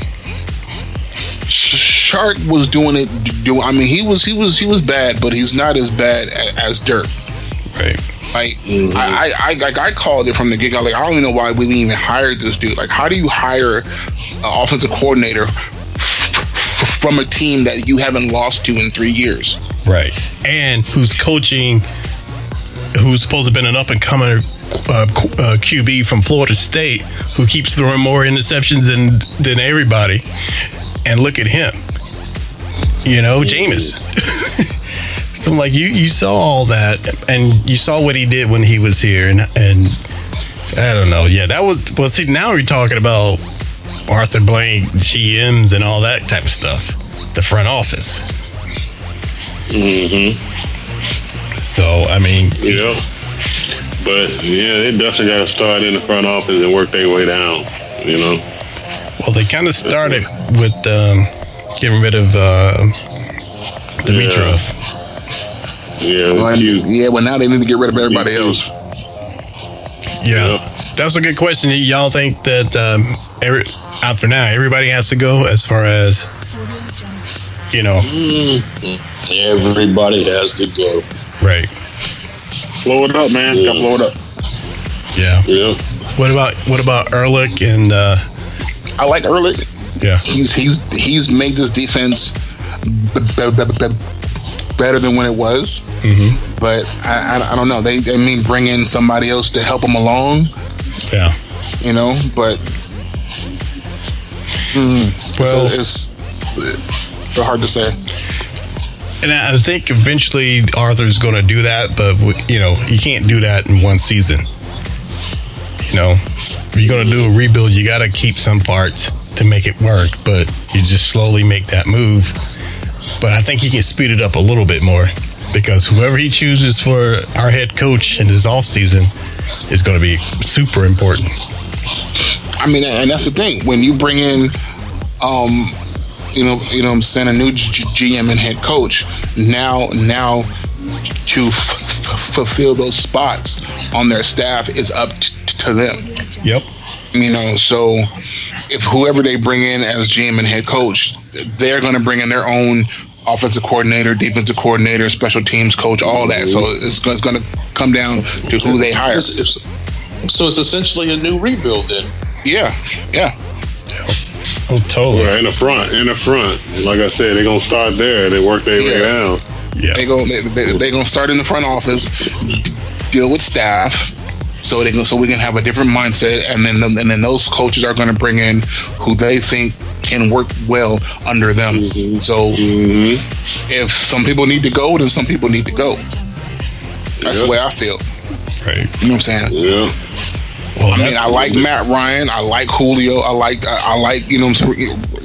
[SPEAKER 7] Shark was doing it. Do I mean he was he was he was bad, but he's not as bad a- as Dirt.
[SPEAKER 4] Right.
[SPEAKER 7] Like I, I I like I called it from the get go. Like I don't even know why we even hired this dude. Like how do you hire an offensive coordinator f- from a team that you haven't lost to in three years?
[SPEAKER 4] Right. And who's coaching, who's supposed to have been an up and coming uh, Q- uh, QB from Florida State, who keeps throwing more interceptions than than everybody. And look at him. You know, Jameis. [LAUGHS] so I'm like, you you saw all that, and you saw what he did when he was here, and and I don't know. Yeah, that was well. See, now we're talking about Arthur Blank GMs and all that type of stuff. The front office.
[SPEAKER 3] Mm-hmm.
[SPEAKER 4] So I mean,
[SPEAKER 3] yeah. But yeah, they definitely got to start in the front office and work their way down. You know.
[SPEAKER 4] Well, they kind of started with um, getting rid of uh, Dimitrov.
[SPEAKER 3] Yeah.
[SPEAKER 7] Well, yeah. Well, now they need to get rid of everybody else.
[SPEAKER 4] Yeah. that's a good question. Y'all think that um, every, after now everybody has to go as far as you know,
[SPEAKER 9] Everybody has to go.
[SPEAKER 4] right?
[SPEAKER 3] Blow it up, man. Gotta blow it up.
[SPEAKER 4] Yeah.
[SPEAKER 3] Yeah.
[SPEAKER 4] What about what about Ehrlich and uh,
[SPEAKER 7] I like Ehrlich.
[SPEAKER 4] Yeah.
[SPEAKER 7] He's he's he's made this defense b- b- b- b- better than when it was. But I, I, I don't know. They they mean bring in somebody else to help them along.
[SPEAKER 4] Yeah.
[SPEAKER 7] You know, but mm,
[SPEAKER 4] Well-
[SPEAKER 7] so it's it's hard to say.
[SPEAKER 4] And I I think eventually Arthur's going to do that, but w- you know, you can't do that in one season. You know, if you're going to do a rebuild, you got to keep some parts to make it work, but you just slowly make that move but I think he can speed it up a little bit more because whoever he chooses for our head coach in his offseason is going to be super important.
[SPEAKER 7] I mean, and that's the thing when you bring in, um, you know, you know, what I'm saying a new G- GM and head coach. Now, now, to f- f- fulfill those spots on their staff is up t- to them.
[SPEAKER 4] Yep.
[SPEAKER 7] You know, so if whoever they bring in as GM and head coach, they're going to bring in their own offensive coordinator, defensive coordinator, special teams coach, all that. So it's, it's going to come down to who they hire.
[SPEAKER 9] It's- it's- so it's essentially a new rebuild then.
[SPEAKER 7] Yeah, yeah.
[SPEAKER 4] Oh, totally.
[SPEAKER 3] Yeah, in the front, in the front. Like I said, they're gonna start there. They work their way
[SPEAKER 7] Yeah.
[SPEAKER 3] down.
[SPEAKER 4] Yeah.
[SPEAKER 7] They go. They, they, they gonna start in the front office, deal with staff, so they can, so we can have a different mindset, and then and then those coaches are gonna bring in who they think can work well under them. So if some people need to go, then some people need to go. That's the way I feel.
[SPEAKER 4] Right.
[SPEAKER 7] You know what I'm saying?
[SPEAKER 3] Yeah.
[SPEAKER 7] I mean, I like Matt Ryan. I like Julio. I like I, I like you know what I'm saying, you know what I'm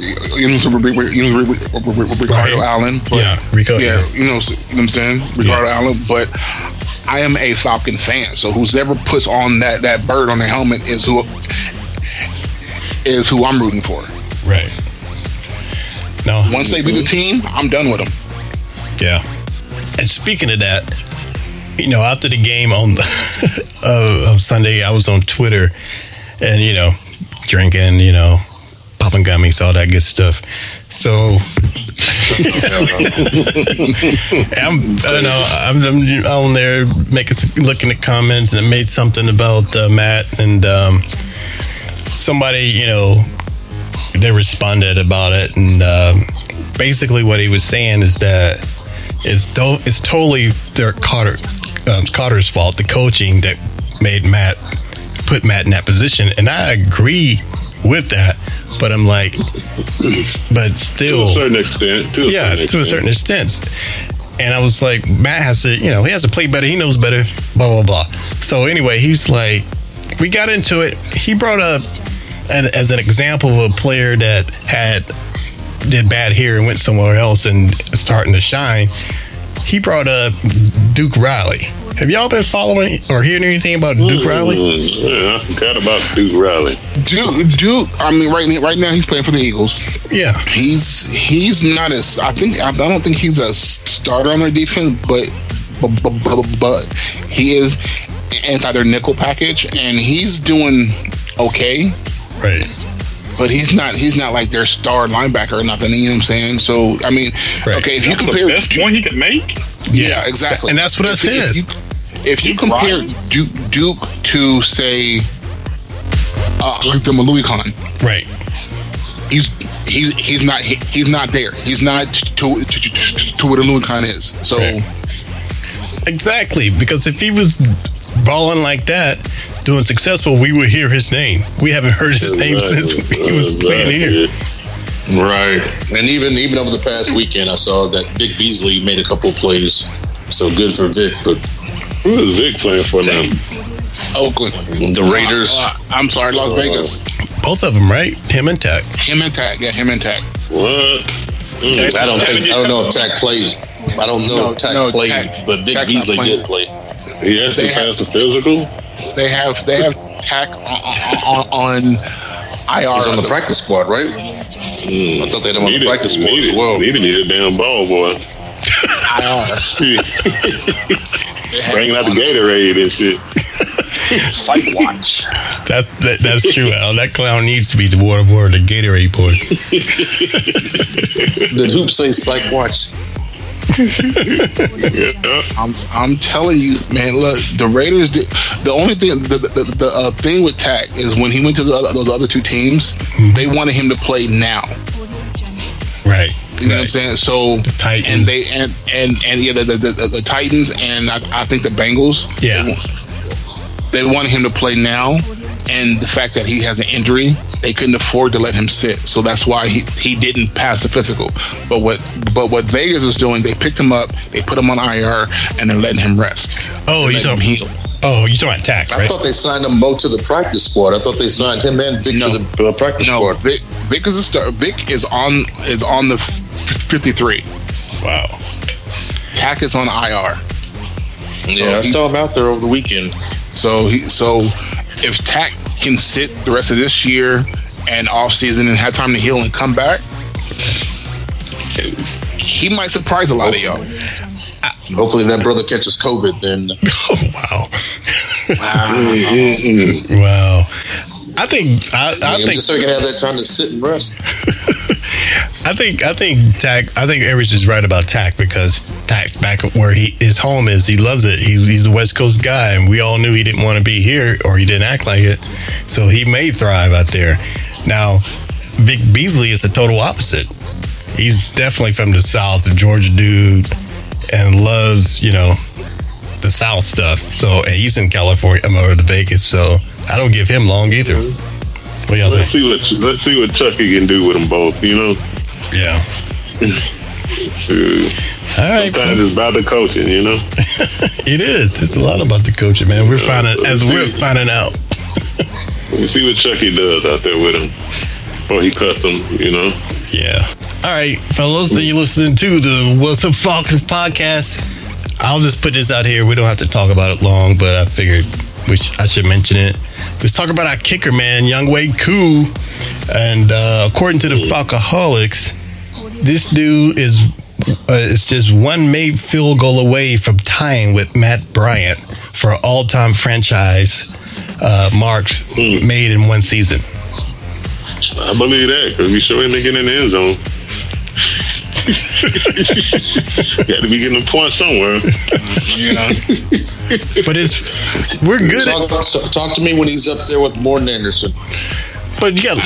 [SPEAKER 7] saying, you know what I'm saying, Ricardo Allen. But,
[SPEAKER 4] Yeah, Rico-
[SPEAKER 7] Yeah,
[SPEAKER 4] Oh, yeah.
[SPEAKER 7] you know, what I'm- you know what I'm saying Ricardo Allen. But I am a Falcon fan, so whoever puts on that that bird on their helmet is who is who I'm rooting for.
[SPEAKER 4] Right. No.
[SPEAKER 7] Once they do the team, I'm done with them.
[SPEAKER 4] Yeah. And speaking of that, you know, after the game on [LAUGHS] the, of, of Sunday, I was on Twitter and, you know, drinking, you know, popping gummies, all that good stuff. So I'm, I don't know, I'm, I'm on there making, looking at comments and I made something about uh, Matt and um, somebody, you know, they responded about it, and um, basically what he was saying is that it's do- it's totally their Cotter um, Cotter's fault, the coaching that made Matt put Matt in that position, and I agree with that, but I'm like, but
[SPEAKER 3] To
[SPEAKER 4] still,
[SPEAKER 3] a certain extent. To a
[SPEAKER 4] yeah,
[SPEAKER 3] certain
[SPEAKER 4] to a certain extent. And I was like, Matt has to, you know, he has to play better. He knows better. Blah blah blah. So anyway, he's like, we got into it. He brought up an, as an example of a player that had did bad here and went somewhere else and starting to shine. He brought up Duke Riley. Have y'all been following or hearing anything about Duke Riley?
[SPEAKER 3] Hmm, Yeah, I forgot about Duke Riley.
[SPEAKER 7] Duke, Duke. I mean, right right now he's playing for the Eagles.
[SPEAKER 4] Yeah.
[SPEAKER 7] He's he's not as I think I don't think he's a starter on their defense, but but, but, but, but he is inside their nickel package, and he's doing okay.
[SPEAKER 4] Right.
[SPEAKER 7] But he's not he's not like their star linebacker or nothing. You know what I'm saying? So I mean,
[SPEAKER 4] Right.
[SPEAKER 7] okay, if
[SPEAKER 6] That's
[SPEAKER 7] you
[SPEAKER 6] the
[SPEAKER 7] compare
[SPEAKER 6] best point he could make.
[SPEAKER 7] yeah, exactly.
[SPEAKER 4] And that's what I
[SPEAKER 7] If you-
[SPEAKER 4] said.
[SPEAKER 7] If you, if you
[SPEAKER 6] Duke
[SPEAKER 7] compare
[SPEAKER 6] Riley?
[SPEAKER 7] Duke, Duke to say, uh, like the Malui Khan,
[SPEAKER 4] Right.
[SPEAKER 7] he's he's he's not he, he's not there. He's not to to, to, to what a Malui Khan is. So
[SPEAKER 4] Right. Exactly, because if he was balling like that, doing successful, we would hear his name. We haven't heard his name since
[SPEAKER 3] Uh,
[SPEAKER 4] he was playing here.
[SPEAKER 3] Right.
[SPEAKER 9] And even even over the past weekend, I saw that Vic Beasley made a couple of plays. So good for Vic, but
[SPEAKER 3] Who is Vic playing for now?
[SPEAKER 7] Oakland,
[SPEAKER 9] the Raiders.
[SPEAKER 7] Uh, I'm sorry, Las Vegas.
[SPEAKER 4] Both of them, right? Him and Tech.
[SPEAKER 7] Him and Tack, yeah, him and Tack.
[SPEAKER 3] What? Mm.
[SPEAKER 9] I don't think I don't know if Tack played. I don't know
[SPEAKER 7] No,
[SPEAKER 9] if Tack
[SPEAKER 7] no,
[SPEAKER 9] played,
[SPEAKER 7] Tack-
[SPEAKER 9] but Vic
[SPEAKER 7] Tack's not
[SPEAKER 9] Beasley
[SPEAKER 7] playing.
[SPEAKER 9] did play.
[SPEAKER 3] He actually
[SPEAKER 7] They have-
[SPEAKER 3] passed the physical.
[SPEAKER 7] They have they have Tack on on, on IR.
[SPEAKER 9] He's on the practice squad, right?
[SPEAKER 3] Mm.
[SPEAKER 9] I thought they had him on the
[SPEAKER 3] Needed-
[SPEAKER 9] practice squad
[SPEAKER 3] needed-
[SPEAKER 9] as well.
[SPEAKER 3] Needed to get a damn ball boy.
[SPEAKER 7] IR.
[SPEAKER 3] Bringing out the Gatorade and shit.
[SPEAKER 9] [LAUGHS]
[SPEAKER 6] Sight watch.
[SPEAKER 4] That, that that's true, Al. That clown needs to be the water boy, the Gatorade boy.
[SPEAKER 9] Did Hoop say psych watch?
[SPEAKER 3] Yeah.
[SPEAKER 7] I'm I'm telling you, man. Look, the Raiders. Did, the only thing, the the, the uh, thing with Tack is when he went to the, other- the other two teams,
[SPEAKER 4] Mm-hmm.
[SPEAKER 7] they wanted him to play now.
[SPEAKER 4] Right.
[SPEAKER 7] You know what I'm saying? So
[SPEAKER 4] Titans.
[SPEAKER 7] and they and and and yeah, the the, the, the Titans and I, I think the Bengals.
[SPEAKER 4] Yeah.
[SPEAKER 7] They, wa- they wanted him to play now, and the fact that he has an injury, they couldn't afford to let him sit. So that's why he, he didn't pass the physical. But what but what Vegas was doing, they picked him up, they put him on IR, and they're letting him rest.
[SPEAKER 4] Oh, you
[SPEAKER 7] Let him
[SPEAKER 4] talking?
[SPEAKER 7] heal.
[SPEAKER 4] Oh, you talking about Tech,
[SPEAKER 7] [LAUGHS]
[SPEAKER 9] I
[SPEAKER 4] right?
[SPEAKER 9] thought they signed them both to the practice squad. I thought they signed him and Vic
[SPEAKER 7] No.
[SPEAKER 9] to the, to the practice
[SPEAKER 7] No,
[SPEAKER 9] squad.
[SPEAKER 7] Vic, Vic is a star. Vic is on is on the f- 53.
[SPEAKER 4] [LAUGHS] Wow.
[SPEAKER 7] Tack is on IR.
[SPEAKER 9] Yeah, I saw him out there over the weekend.
[SPEAKER 7] So he, so if Tack can sit the rest of this year and off season and have time to heal and come back, he might surprise a lot of y'all.
[SPEAKER 9] Hopefully that brother catches COVID then.
[SPEAKER 4] Oh wow. wow. [LAUGHS] wow. I think I, I
[SPEAKER 9] Yeah,
[SPEAKER 4] think
[SPEAKER 9] just so he can have that time to sit and rest.
[SPEAKER 4] I think I think Tack I think Average is right about Tack because Tack back where he his home is he loves it he's, he's a West Coast guy and we all knew he didn't want to be here or he didn't act like it so he may thrive out there now Vic Beasley is the total opposite he's definitely from the South a Georgia dude and loves you know the South stuff so and he's in California I'm over to Vegas so I don't give him long either what do y'all
[SPEAKER 6] Let's
[SPEAKER 4] think
[SPEAKER 6] see what let's see what Chucky can do with them both. You know. [LAUGHS]
[SPEAKER 4] yeah
[SPEAKER 6] Shoot.
[SPEAKER 4] all right
[SPEAKER 6] Sometimes it's about the coaching. You know.
[SPEAKER 4] It is. It's a lot about the coaching, man. We're finding as we're finding out.
[SPEAKER 6] You see what Chucky does out there with him, or he cuts him. You know.
[SPEAKER 4] Yeah. All right, fellas, then you listening to the What's Up Falcons podcast. I'll just put this out here. We don't have to talk about it long, but I figured we sh- I should mention it. Let's talk about our kicker, man, Young Wei Koo. And uh, according to the Falcoholics, this dude is uh, it's just one made field goal away from tying with Matt Bryant for all-time franchise uh, marks made in one season.
[SPEAKER 6] I believe that because we sure ain't making it in the end zone. [LAUGHS] Got to be getting a point somewhere.
[SPEAKER 4] But it's we're good.
[SPEAKER 9] Talk, talk- talk to me when he's up there with Morton Anderson.
[SPEAKER 4] But you
[SPEAKER 7] [LAUGHS]
[SPEAKER 4] got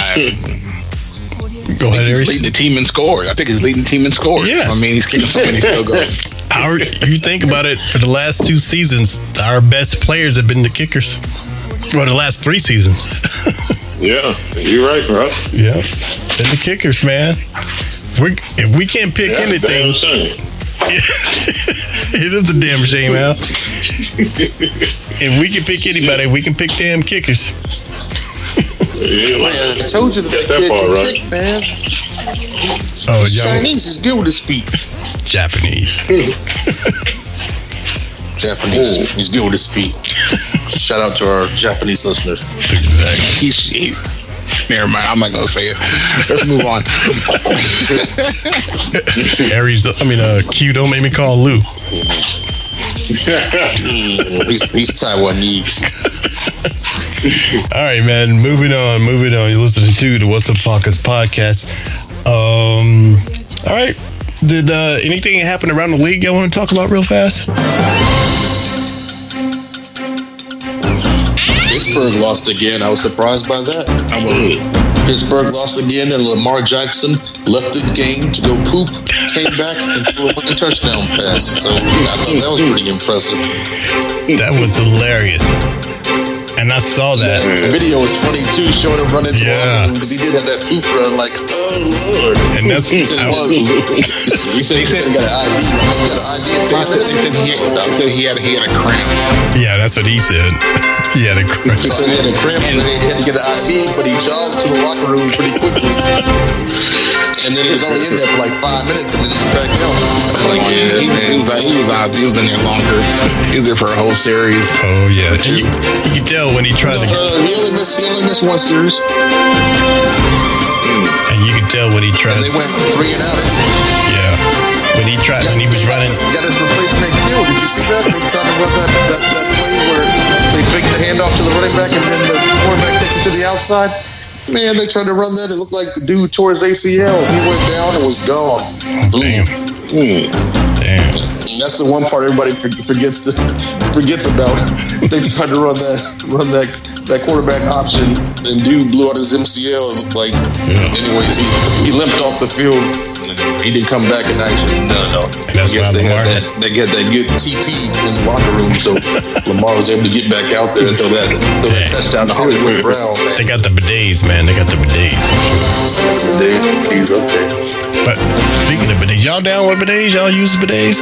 [SPEAKER 7] Go
[SPEAKER 4] ahead,
[SPEAKER 7] He's leading the team in scores. I think he's leading the team in scores.
[SPEAKER 4] Yes.
[SPEAKER 7] I mean, he's kicking so many
[SPEAKER 4] [LAUGHS]
[SPEAKER 7] field goals.
[SPEAKER 4] Our, you think about it, for the last two seasons, our best players have been the kickers. Well, the last three seasons.
[SPEAKER 6] Yeah, you're right, bro.
[SPEAKER 4] Yeah. Been the kickers, man. We're, if we can't pick
[SPEAKER 6] That's a
[SPEAKER 4] anything,
[SPEAKER 6] damn shame.
[SPEAKER 4] [LAUGHS] it is a damn shame, Al. if we can pick anybody, we can pick damn kickers.
[SPEAKER 6] Yeah,
[SPEAKER 9] Man, I told you that,
[SPEAKER 6] Get
[SPEAKER 9] that kid
[SPEAKER 6] part
[SPEAKER 9] can
[SPEAKER 6] right.
[SPEAKER 9] kick, man.
[SPEAKER 4] Oh, young
[SPEAKER 9] Chinese is good with his feet.
[SPEAKER 4] Japanese.
[SPEAKER 9] Japanese, he's good with his [LAUGHS] feet. Shout out to our Japanese listeners.
[SPEAKER 7] He's, he, never mind. I'm not going to say it. Let's move on.
[SPEAKER 4] [LAUGHS] Aries, I mean, uh, Q, don't make me call Lou.
[SPEAKER 9] [LAUGHS] he's, he's Taiwanese.
[SPEAKER 4] All right, man. Moving on, moving on. You're listening to the What's Up Falcons podcast. Um, all right. Did uh, anything happen around the league I want to talk about real fast?
[SPEAKER 9] Pittsburgh lost again. I was surprised by that. I'm a, Pittsburgh lost again, and Lamar Jackson left the game to go poop, came back, and threw a touchdown pass. So I thought that was pretty impressive.
[SPEAKER 4] That was hilarious. And I saw
[SPEAKER 9] The
[SPEAKER 4] that.
[SPEAKER 9] video was 22 showing him running to
[SPEAKER 4] Yeah.
[SPEAKER 9] because he did have that poop run. Like, oh lord!
[SPEAKER 4] And that's-
[SPEAKER 9] he said,
[SPEAKER 4] [LAUGHS] I
[SPEAKER 9] "Well,
[SPEAKER 4] was-
[SPEAKER 9] he said he said he got an ID. He got an ID. He said he
[SPEAKER 7] I said he had, he had a cramp.
[SPEAKER 4] Yeah, that's what he said. [LAUGHS] He had a crush.
[SPEAKER 9] He said he had a cramp and he had to get an IV, but he jogged to the locker room pretty quickly. and then he was only in there for like five minutes, and then he was back out. I'm
[SPEAKER 7] Like,
[SPEAKER 9] like,
[SPEAKER 7] he,
[SPEAKER 9] yeah,
[SPEAKER 7] he, was,
[SPEAKER 9] man.
[SPEAKER 7] out- he, was, out- he was in there longer. He was there for a whole series.
[SPEAKER 4] Oh, yeah. You, you can tell when he tried to
[SPEAKER 9] Uh, he only missed he only missed one series,
[SPEAKER 4] and you could tell when he
[SPEAKER 9] and
[SPEAKER 4] tried
[SPEAKER 9] they went three and out. Anyway.
[SPEAKER 4] yeah. When he tried when he was running
[SPEAKER 9] Got his replacement killed. Did you see that? They tried to run that, that, that play where they fake the handoff to the running back, and then the quarterback takes it to the outside. Man, they tried to run that. It looked like the dude tore his ACL. He went down and was gone.
[SPEAKER 4] Damn.
[SPEAKER 9] Mm.
[SPEAKER 6] hmm,
[SPEAKER 4] Damn.
[SPEAKER 9] And that's the one part everybody for- forgets to forgets about. [LAUGHS] they tried to run that run that that quarterback option, and dude blew out his MCL. It looked like, anyways, he, he limped off the field. He didn't come back in action. No, no.
[SPEAKER 4] That's
[SPEAKER 9] I guess
[SPEAKER 4] why
[SPEAKER 9] they
[SPEAKER 4] Lamar-
[SPEAKER 9] had that. They got that good TP in the locker room,
[SPEAKER 4] [LAUGHS]
[SPEAKER 9] so Lamar was able to get back out there and throw that throw that touchdown to Hollywood Brown. Man.
[SPEAKER 4] They got the bidets, man. They got the bidets.
[SPEAKER 9] They, he's up there.
[SPEAKER 4] But speaking of bidets, y'all down with bidets? Y'all use bidets?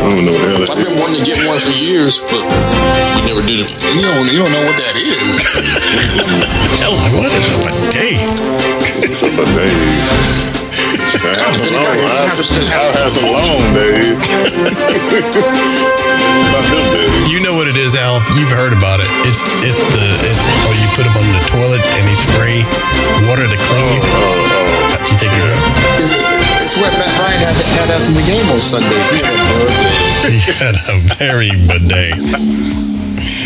[SPEAKER 6] I don't know what the hell
[SPEAKER 9] I've
[SPEAKER 6] it
[SPEAKER 9] been
[SPEAKER 6] is.
[SPEAKER 9] wanting to get one for years, but we never did it.
[SPEAKER 7] You don't, you don't know what that is.
[SPEAKER 4] Hell, what is a bidet?
[SPEAKER 9] [LAUGHS]
[SPEAKER 6] It's a bidet.
[SPEAKER 3] I've had some long
[SPEAKER 9] [LAUGHS]
[SPEAKER 3] days.
[SPEAKER 4] You know what it is, Al. You've heard about it. It's it's the it's oh you put them on the toilets and they spray water to clean you.
[SPEAKER 3] Oh,
[SPEAKER 4] You take it out.
[SPEAKER 9] It's what Matt Ryan had, had after the game on Sunday. He had a bird.
[SPEAKER 4] [LAUGHS] He had a very bidet.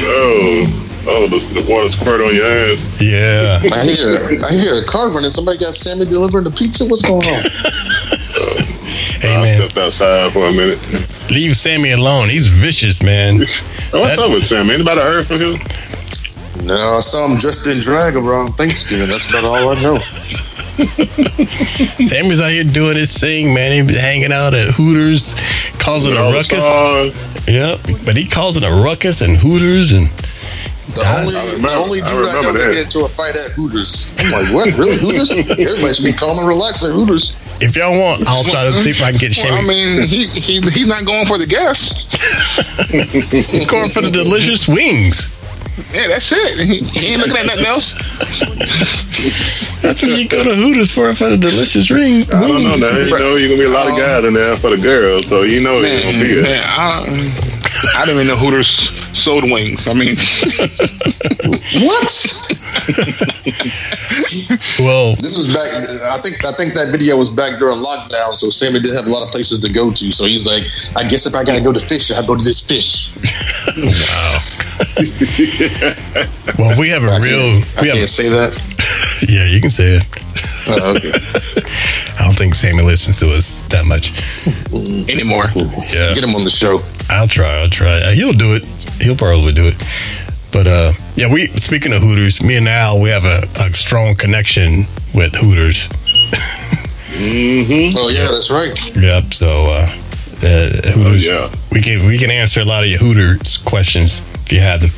[SPEAKER 3] Oh, oh, the, the water squirt on your ass.
[SPEAKER 4] Yeah.
[SPEAKER 9] I hear I hear a car running. Somebody got Sammy delivering the pizza. What's going on?
[SPEAKER 4] Hey
[SPEAKER 3] I
[SPEAKER 4] man,
[SPEAKER 3] stepped outside for a minute.
[SPEAKER 4] leave Sammy alone. He's vicious,
[SPEAKER 3] [LAUGHS]
[SPEAKER 4] man.
[SPEAKER 3] What's
[SPEAKER 4] That-
[SPEAKER 3] up with Sam? Anybody heard from him?
[SPEAKER 9] [LAUGHS] No, I saw him dressed in drag around Thanksgiving. That's about all I know.
[SPEAKER 4] Sammy's out here doing his thing, man. He's been hanging out at Hooters, causing
[SPEAKER 3] With
[SPEAKER 4] a
[SPEAKER 3] all the
[SPEAKER 4] ruckus.
[SPEAKER 3] stars.
[SPEAKER 4] Yeah, but he causing a ruckus and Hooters and
[SPEAKER 9] The only, the only dude
[SPEAKER 3] I
[SPEAKER 9] I, know
[SPEAKER 3] remember
[SPEAKER 9] that
[SPEAKER 3] that.
[SPEAKER 9] get into a fight at Hooters. I'm like, what? Really? Hooters? [LAUGHS] Everybody should be calm and relaxed at Hooters.
[SPEAKER 4] if y'all want, I'll try to see if I can get
[SPEAKER 7] Well, I
[SPEAKER 4] Sammy.
[SPEAKER 7] mean, he, he he's not going for the guests.
[SPEAKER 4] He's going for the delicious wings.
[SPEAKER 7] Yeah, that's it. He, he ain't looking at nothing
[SPEAKER 3] [LAUGHS]
[SPEAKER 7] else.
[SPEAKER 4] That's what you go to Hooters for for the delicious ring.
[SPEAKER 3] I don't know. Now. You know, you're gonna be a
[SPEAKER 9] Oh.
[SPEAKER 3] lot of
[SPEAKER 7] Um,
[SPEAKER 3] guys in there for the girls, so you know you're gonna be
[SPEAKER 7] Man,
[SPEAKER 3] there.
[SPEAKER 7] man, I, I didn't even know Hooters sold wings. I mean, [LAUGHS]
[SPEAKER 9] What?
[SPEAKER 4] Well,
[SPEAKER 9] This was back. I think I think that video was back during lockdown, so Sammy didn't have a lot of places to go to. So he's like, I guess if I gotta go to fish, I go to this fish.
[SPEAKER 4] well, we have a
[SPEAKER 9] I
[SPEAKER 4] real.
[SPEAKER 9] can't, I
[SPEAKER 4] We have,
[SPEAKER 9] can't say that.
[SPEAKER 4] yeah, you can say it.
[SPEAKER 9] Oh, okay.
[SPEAKER 4] I don't think Sammy listens to us that much.
[SPEAKER 7] anymore.
[SPEAKER 4] Yeah.
[SPEAKER 9] Get him on the show.
[SPEAKER 4] I'll try. I'll try. Uh, He'll do it. He'll probably do it. But uh, yeah, we speaking of Hooters, me and Al, we have a, a strong connection with Hooters.
[SPEAKER 9] [LAUGHS] Oh yeah, that's right.
[SPEAKER 4] Yep. So uh, uh, Hooters,
[SPEAKER 3] Oh, yeah.
[SPEAKER 4] we can we can answer a lot of your Hooters questions if you have them.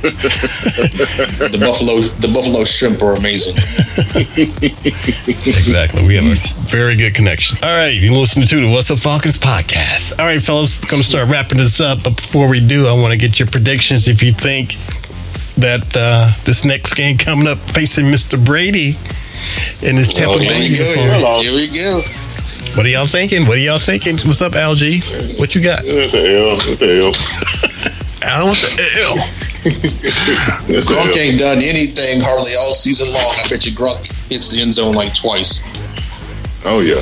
[SPEAKER 9] The buffalo, the buffalo shrimp are amazing.
[SPEAKER 4] Exactly. We have a very good connection. All right, you listen to the What's Up Falcons podcast. All right, fellas, we're going to start wrapping this up. But before we do, I want to get your predictions. If you think that uh, this next game coming up facing Mr. Brady and his Tampa
[SPEAKER 9] here
[SPEAKER 4] Bay
[SPEAKER 9] we go.
[SPEAKER 4] Uniforms.
[SPEAKER 9] Here we go.
[SPEAKER 4] what are y'all thinking? What are y'all thinking? What's up, LG? What you got?
[SPEAKER 3] That's a L. That's a L.
[SPEAKER 4] Al, what the L?
[SPEAKER 3] That's a
[SPEAKER 9] Gronk
[SPEAKER 3] L.
[SPEAKER 9] ain't done anything hardly all season long. I bet you Gronk hits the end zone like twice.
[SPEAKER 3] Oh yeah.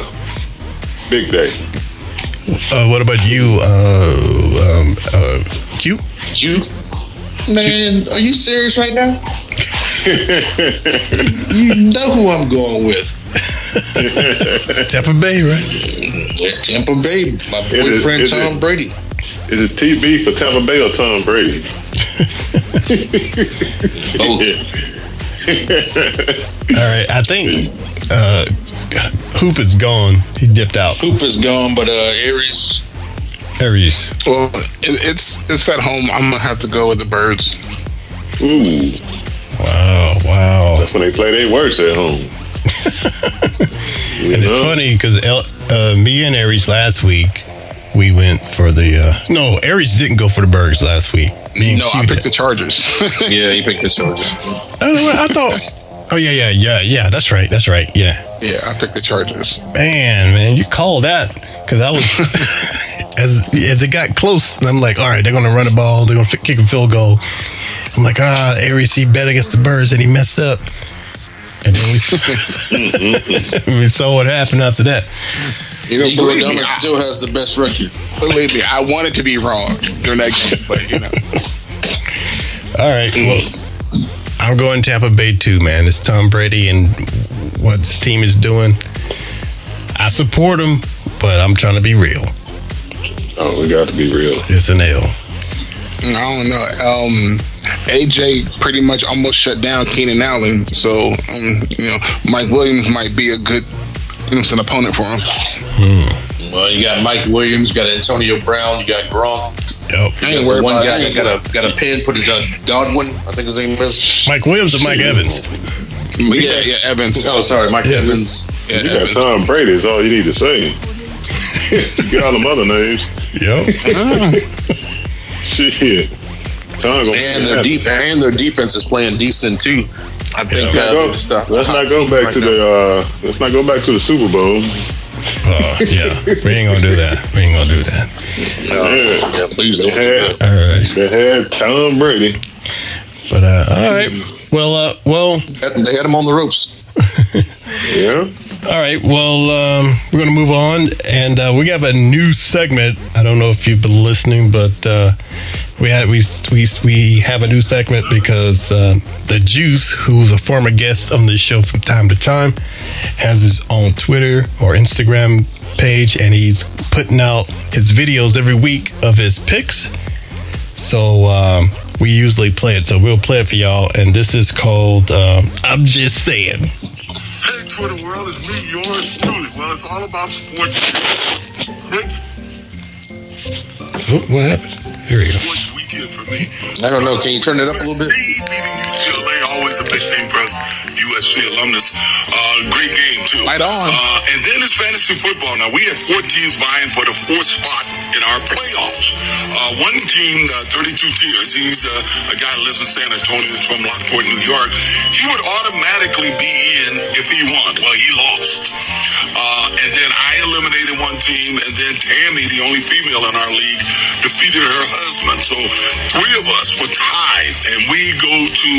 [SPEAKER 3] Big day.
[SPEAKER 4] Uh, what about you, uh, um, uh, Q?
[SPEAKER 9] You, man, are you serious right
[SPEAKER 3] [LAUGHS]
[SPEAKER 9] now? you know who I'm going with.
[SPEAKER 4] Tampa Bay, right?
[SPEAKER 9] Tampa Bay, my
[SPEAKER 3] Is it-
[SPEAKER 9] boyfriend
[SPEAKER 3] is it-
[SPEAKER 9] Tom
[SPEAKER 3] [LAUGHS]
[SPEAKER 9] Brady.
[SPEAKER 3] Is it TB for Tampa Bay or Tom Brady?
[SPEAKER 9] Both.
[SPEAKER 4] All right, I think uh, Hoop is gone. He dipped out.
[SPEAKER 9] Hoop is gone, but uh, Aries.
[SPEAKER 4] Aries.
[SPEAKER 7] Well, it, it's it's at home. I'm gonna have to go with the birds.
[SPEAKER 3] Ooh,
[SPEAKER 4] Wow, wow.
[SPEAKER 3] that's when they play their worst at home.
[SPEAKER 4] [LAUGHS]
[SPEAKER 3] You
[SPEAKER 4] And it's
[SPEAKER 3] know?
[SPEAKER 4] funny because uh, me and Aries last week, we went for the. Uh, no, Aries didn't go for the Bergs last week. Me and
[SPEAKER 7] No,
[SPEAKER 4] Q
[SPEAKER 7] I picked
[SPEAKER 4] did.
[SPEAKER 7] the Chargers. [LAUGHS]
[SPEAKER 9] Yeah, he picked the Chargers.
[SPEAKER 4] Oh, well, I thought. Oh, yeah, yeah, yeah, yeah. That's right. That's right. Yeah.
[SPEAKER 7] yeah, I picked the Chargers.
[SPEAKER 4] Man, man, you called that because I was. [LAUGHS] as as it got close, and I'm like, all right, they're going to run the ball. They're going to kick a field goal. I'm like, ah, Aries, he bet against the Birds and he messed up. And then
[SPEAKER 7] [LAUGHS]
[SPEAKER 4] we, [LAUGHS] we saw what happened after that.
[SPEAKER 7] You know,
[SPEAKER 9] Igor
[SPEAKER 7] believe me,
[SPEAKER 9] Dama
[SPEAKER 7] I,
[SPEAKER 9] still has the best record.
[SPEAKER 7] believe me, I wanted to be wrong during that game, but you know,
[SPEAKER 4] All right.
[SPEAKER 7] Mm.
[SPEAKER 4] Well, I'm going Tampa Bay too, man. It's Tom Brady and what this team is doing. I support him, but I'm trying to be real.
[SPEAKER 3] Oh, we got to be real.
[SPEAKER 4] It's an L.
[SPEAKER 7] I don't know. Um, AJ pretty much almost shut down Keenan Allen, so um, you know, Mike Williams might be a good, you know, an opponent for him.
[SPEAKER 9] Well, you got Mike Williams, you got Antonio Brown, you got Gronk.
[SPEAKER 4] Yep.
[SPEAKER 7] I
[SPEAKER 9] You
[SPEAKER 7] ain't
[SPEAKER 9] got the
[SPEAKER 7] worried
[SPEAKER 9] one
[SPEAKER 7] about
[SPEAKER 9] guy
[SPEAKER 7] it.
[SPEAKER 9] that got a got a pin put it on Godwin. I think his name is.
[SPEAKER 4] Mike Williams and Mike Evans.
[SPEAKER 7] Yeah, yeah, Evans.
[SPEAKER 9] Oh, sorry, Mike
[SPEAKER 4] Yeah.
[SPEAKER 9] Evans.
[SPEAKER 7] Yeah,
[SPEAKER 3] You got
[SPEAKER 7] Evans.
[SPEAKER 3] Tom Brady is all you need to say. [LAUGHS] you got all them other names.
[SPEAKER 7] [LAUGHS]
[SPEAKER 4] Yep.
[SPEAKER 3] Shit. Tom gonna
[SPEAKER 9] And their deep and their defense is playing decent too. I think
[SPEAKER 3] Let's not go,
[SPEAKER 9] uh,
[SPEAKER 3] let's not go back to the uh, let's not go back to the Super Bowl.
[SPEAKER 4] Oh, yeah. we ain't gonna do that. We ain't gonna do that.
[SPEAKER 3] Yeah, yeah please don't.
[SPEAKER 4] All right.
[SPEAKER 3] They had Tom Brady.
[SPEAKER 4] But uh, all right. Well, uh, well,
[SPEAKER 9] they had him on the ropes.
[SPEAKER 3] yeah.
[SPEAKER 4] All right. Well, um, we're gonna move on, and uh, we have a new segment. I don't know if you've been listening, but uh, we had we we we have a new segment because uh, the Juice, who's a former guest on this show from time to time, has his own Twitter or Instagram page, and he's putting out his videos every week of his picks. So um, we usually play it. So we'll play it for y'all, and this is called um, "I'm Just Saying."
[SPEAKER 13] Hey, Twitter world, it's me, yours truly. Well, it's all about sports. Great
[SPEAKER 4] Oh, what happened? Here we go.
[SPEAKER 13] sports weekend for me.
[SPEAKER 9] I don't know. Can you turn it up a little bit?
[SPEAKER 13] Beating UCLA always a big thing for us USC alumnus. Uh, great game too.
[SPEAKER 7] Right on.
[SPEAKER 13] Uh, and then it's fantasy football. Now we have four teams vying for the fourth spot in our playoffs. Uh, one team, uh, 32 tiers. He's uh, a guy that lives in San Antonio, he's from Lockport, New York. He would automatically be in if he won. Well, he lost. Uh, and then I eliminated one team, and then Tammy, the only female in our league, defeated her husband. So three of us were tied, and we go to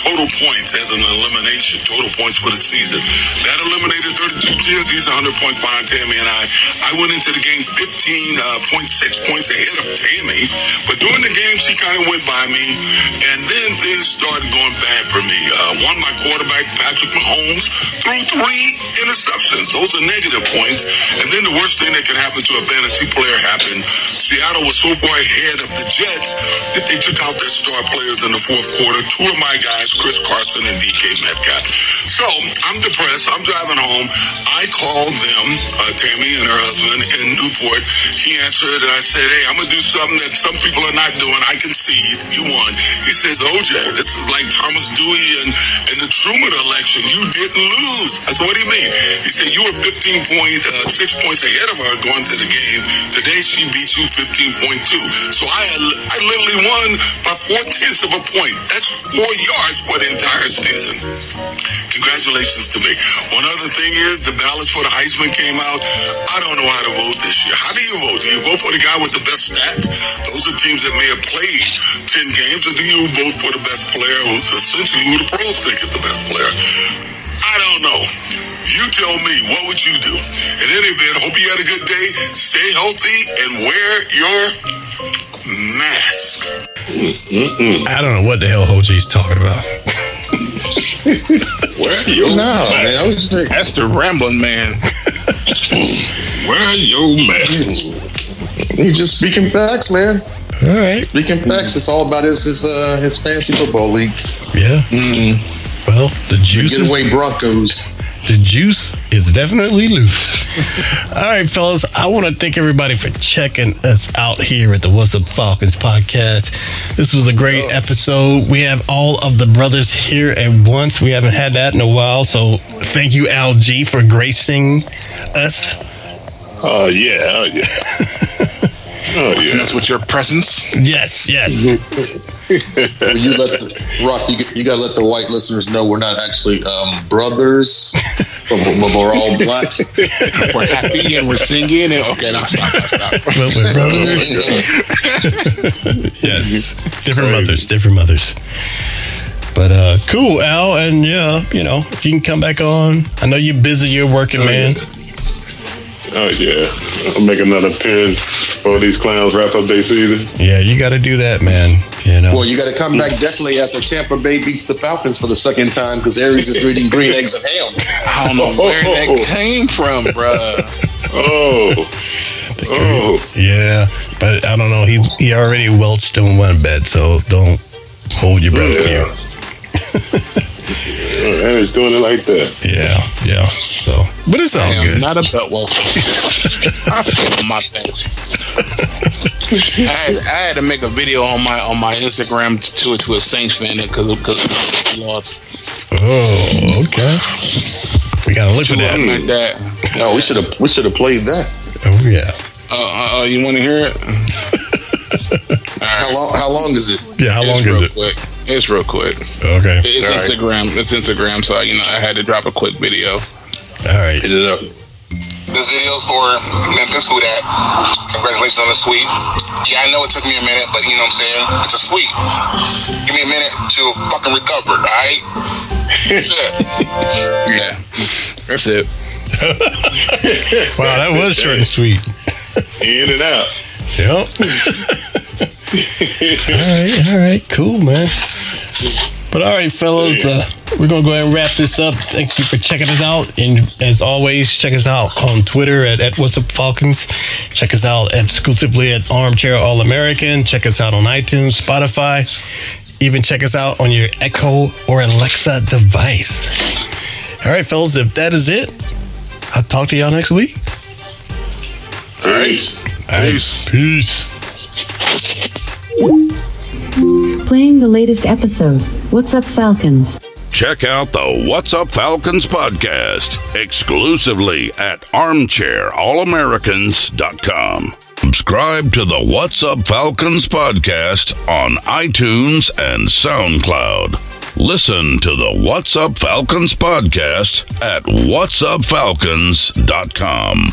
[SPEAKER 13] total points as an elimination, total points for the season. That eliminated 32 tiers. He's 100 points behind Tammy and I. I went into the game 15.6 points ahead of Tammy, but during the game, she kind of went by me, and then things started going bad for me. Uh, one, my quarterback, Patrick Mahomes, threw three interceptions. Those are negative points. And then the worst thing that can happen to a fantasy player happened. Seattle was so far ahead of the Jets that they took out their star players in the fourth quarter. Two of my guys, Chris Carson and DK Metcalf. So I'm depressed. I'm driving home. I called them, uh, Tammy and her husband in Newport. He answered, and I said, "Hey, I'm gonna do something that some people are not doing. I concede. You won." He says, "OJ, this is like Thomas Dewey and and the Truman election. You didn't lose." I said, "What do you mean?" He said, "You were 15 point, uh, six points ahead of her going to the game. Today she beat you 15.2. So I I literally won by four tenths of a point. That's four yards for the entire season." Congratulations to me. One other thing is the ballots for the Heisman came out. I don't know how to vote this year. How do you vote? Do you vote for the guy with the best stats? Those are teams that may have played 10 games, or do you vote for the best player who's essentially who the pros think is the best player? I don't know. You tell me, what would you do? In any event, hope you had a good day. Stay healthy and wear your mask.
[SPEAKER 4] I don't know what the hell Hoji's talking about.
[SPEAKER 3] Where are your
[SPEAKER 8] No,
[SPEAKER 3] mask?
[SPEAKER 8] man, I was like,
[SPEAKER 7] That's the rambling [LAUGHS] man.
[SPEAKER 3] Where are your mask?
[SPEAKER 9] You just speaking facts, man.
[SPEAKER 4] All right.
[SPEAKER 9] Speaking facts. It's all about his his uh, his fantasy football league.
[SPEAKER 4] Yeah.
[SPEAKER 8] Mm,
[SPEAKER 4] Well, the juice. is-
[SPEAKER 9] Getaway Broncos.
[SPEAKER 4] the juice is definitely loose. All right, fellas, I want to thank everybody for checking us out here at the What's Up Falcons podcast. This was a great episode. We have all of the brothers here at once. We haven't had that in a while, so thank you, Al G, for gracing us.
[SPEAKER 3] Oh yeah, oh yeah. Oh
[SPEAKER 7] And
[SPEAKER 3] yeah.
[SPEAKER 7] that's with your presence.
[SPEAKER 4] Yes, yes.
[SPEAKER 9] Well, you let the, Rock. You, you gotta let the white listeners know we're not actually um, brothers, but, we're- but we're all black.
[SPEAKER 7] [LAUGHS] We're happy and we're singing. And, okay, now stop, stop,
[SPEAKER 4] [LAUGHS]
[SPEAKER 7] stop.
[SPEAKER 4] Well, we're
[SPEAKER 9] [LAUGHS]
[SPEAKER 4] brothers. yes. [LAUGHS] Different mothers, different mothers. But uh cool, Al, and yeah, you know, if you can come back on. I know you're busy, you're working, man.
[SPEAKER 3] Oh yeah. I'll make another appearance before these clowns wrap up their season.
[SPEAKER 4] Yeah, you got to do that, man. You know.
[SPEAKER 9] Well, you gotta come back definitely after Tampa Bay beats the Falcons for the second time because Aries is reading green eggs and ham.
[SPEAKER 7] I don't know where
[SPEAKER 9] [LAUGHS]
[SPEAKER 7] that came from, bruh.
[SPEAKER 6] [LAUGHS]
[SPEAKER 3] Oh. Oh.
[SPEAKER 4] yeah, but I don't know. He he already welched in one bed, so don't hold your breath
[SPEAKER 3] [LAUGHS] Yeah. And it's doing it like that.
[SPEAKER 4] here. Yeah, yeah. So, but it's all
[SPEAKER 7] Damn,
[SPEAKER 4] good.
[SPEAKER 7] not a butt welcome. [LAUGHS] I feel my face. I had, I had to make a video on my on my Instagram to to a Saints fan because because lost
[SPEAKER 4] oh, okay. We gotta look for that.
[SPEAKER 7] like that.
[SPEAKER 9] No, we should have we should have played that.
[SPEAKER 4] Oh yeah,
[SPEAKER 7] Uh, uh, uh, you want to hear it?
[SPEAKER 9] How long? How long is it?
[SPEAKER 4] yeah. How long
[SPEAKER 7] it's
[SPEAKER 4] is
[SPEAKER 7] real
[SPEAKER 4] it?
[SPEAKER 7] Quick. It's real quick.
[SPEAKER 4] Okay,
[SPEAKER 7] It's
[SPEAKER 3] All right.
[SPEAKER 7] Instagram. It's Instagram. So you know, I had to drop a quick video.
[SPEAKER 4] all right.
[SPEAKER 7] Hit it up.
[SPEAKER 14] this video is for Memphis, who that? Congratulations on the sweep. Yeah, I know it took me a minute, but you know what I'm saying? It's a sweep. Give me a minute to fucking recover, all right?
[SPEAKER 7] yeah, that's it.
[SPEAKER 4] wow, that was short and sweet.
[SPEAKER 6] In and out.
[SPEAKER 4] Yep. all right, all right, cool, man. But all right, fellas, uh, we're gonna go ahead and wrap this up. Thank you for checking us out, and as always, check us out on Twitter at, at What's Up Falcons. Check us out exclusively at Armchair All American. Check us out on iTunes, Spotify. Even check us out on your Echo or Alexa device. All right, fellas, if that is it, I'll talk to y'all next week.
[SPEAKER 6] All right.
[SPEAKER 4] All right. Peace. Peace.
[SPEAKER 15] Playing the latest episode. What's up, Falcons?
[SPEAKER 5] Check out the What's Up Falcons podcast exclusively at armchairallamericans.com. Subscribe to the What's Up Falcons podcast on iTunes and SoundCloud. Listen to the What's Up Falcons podcast at whatsupfalcons.com.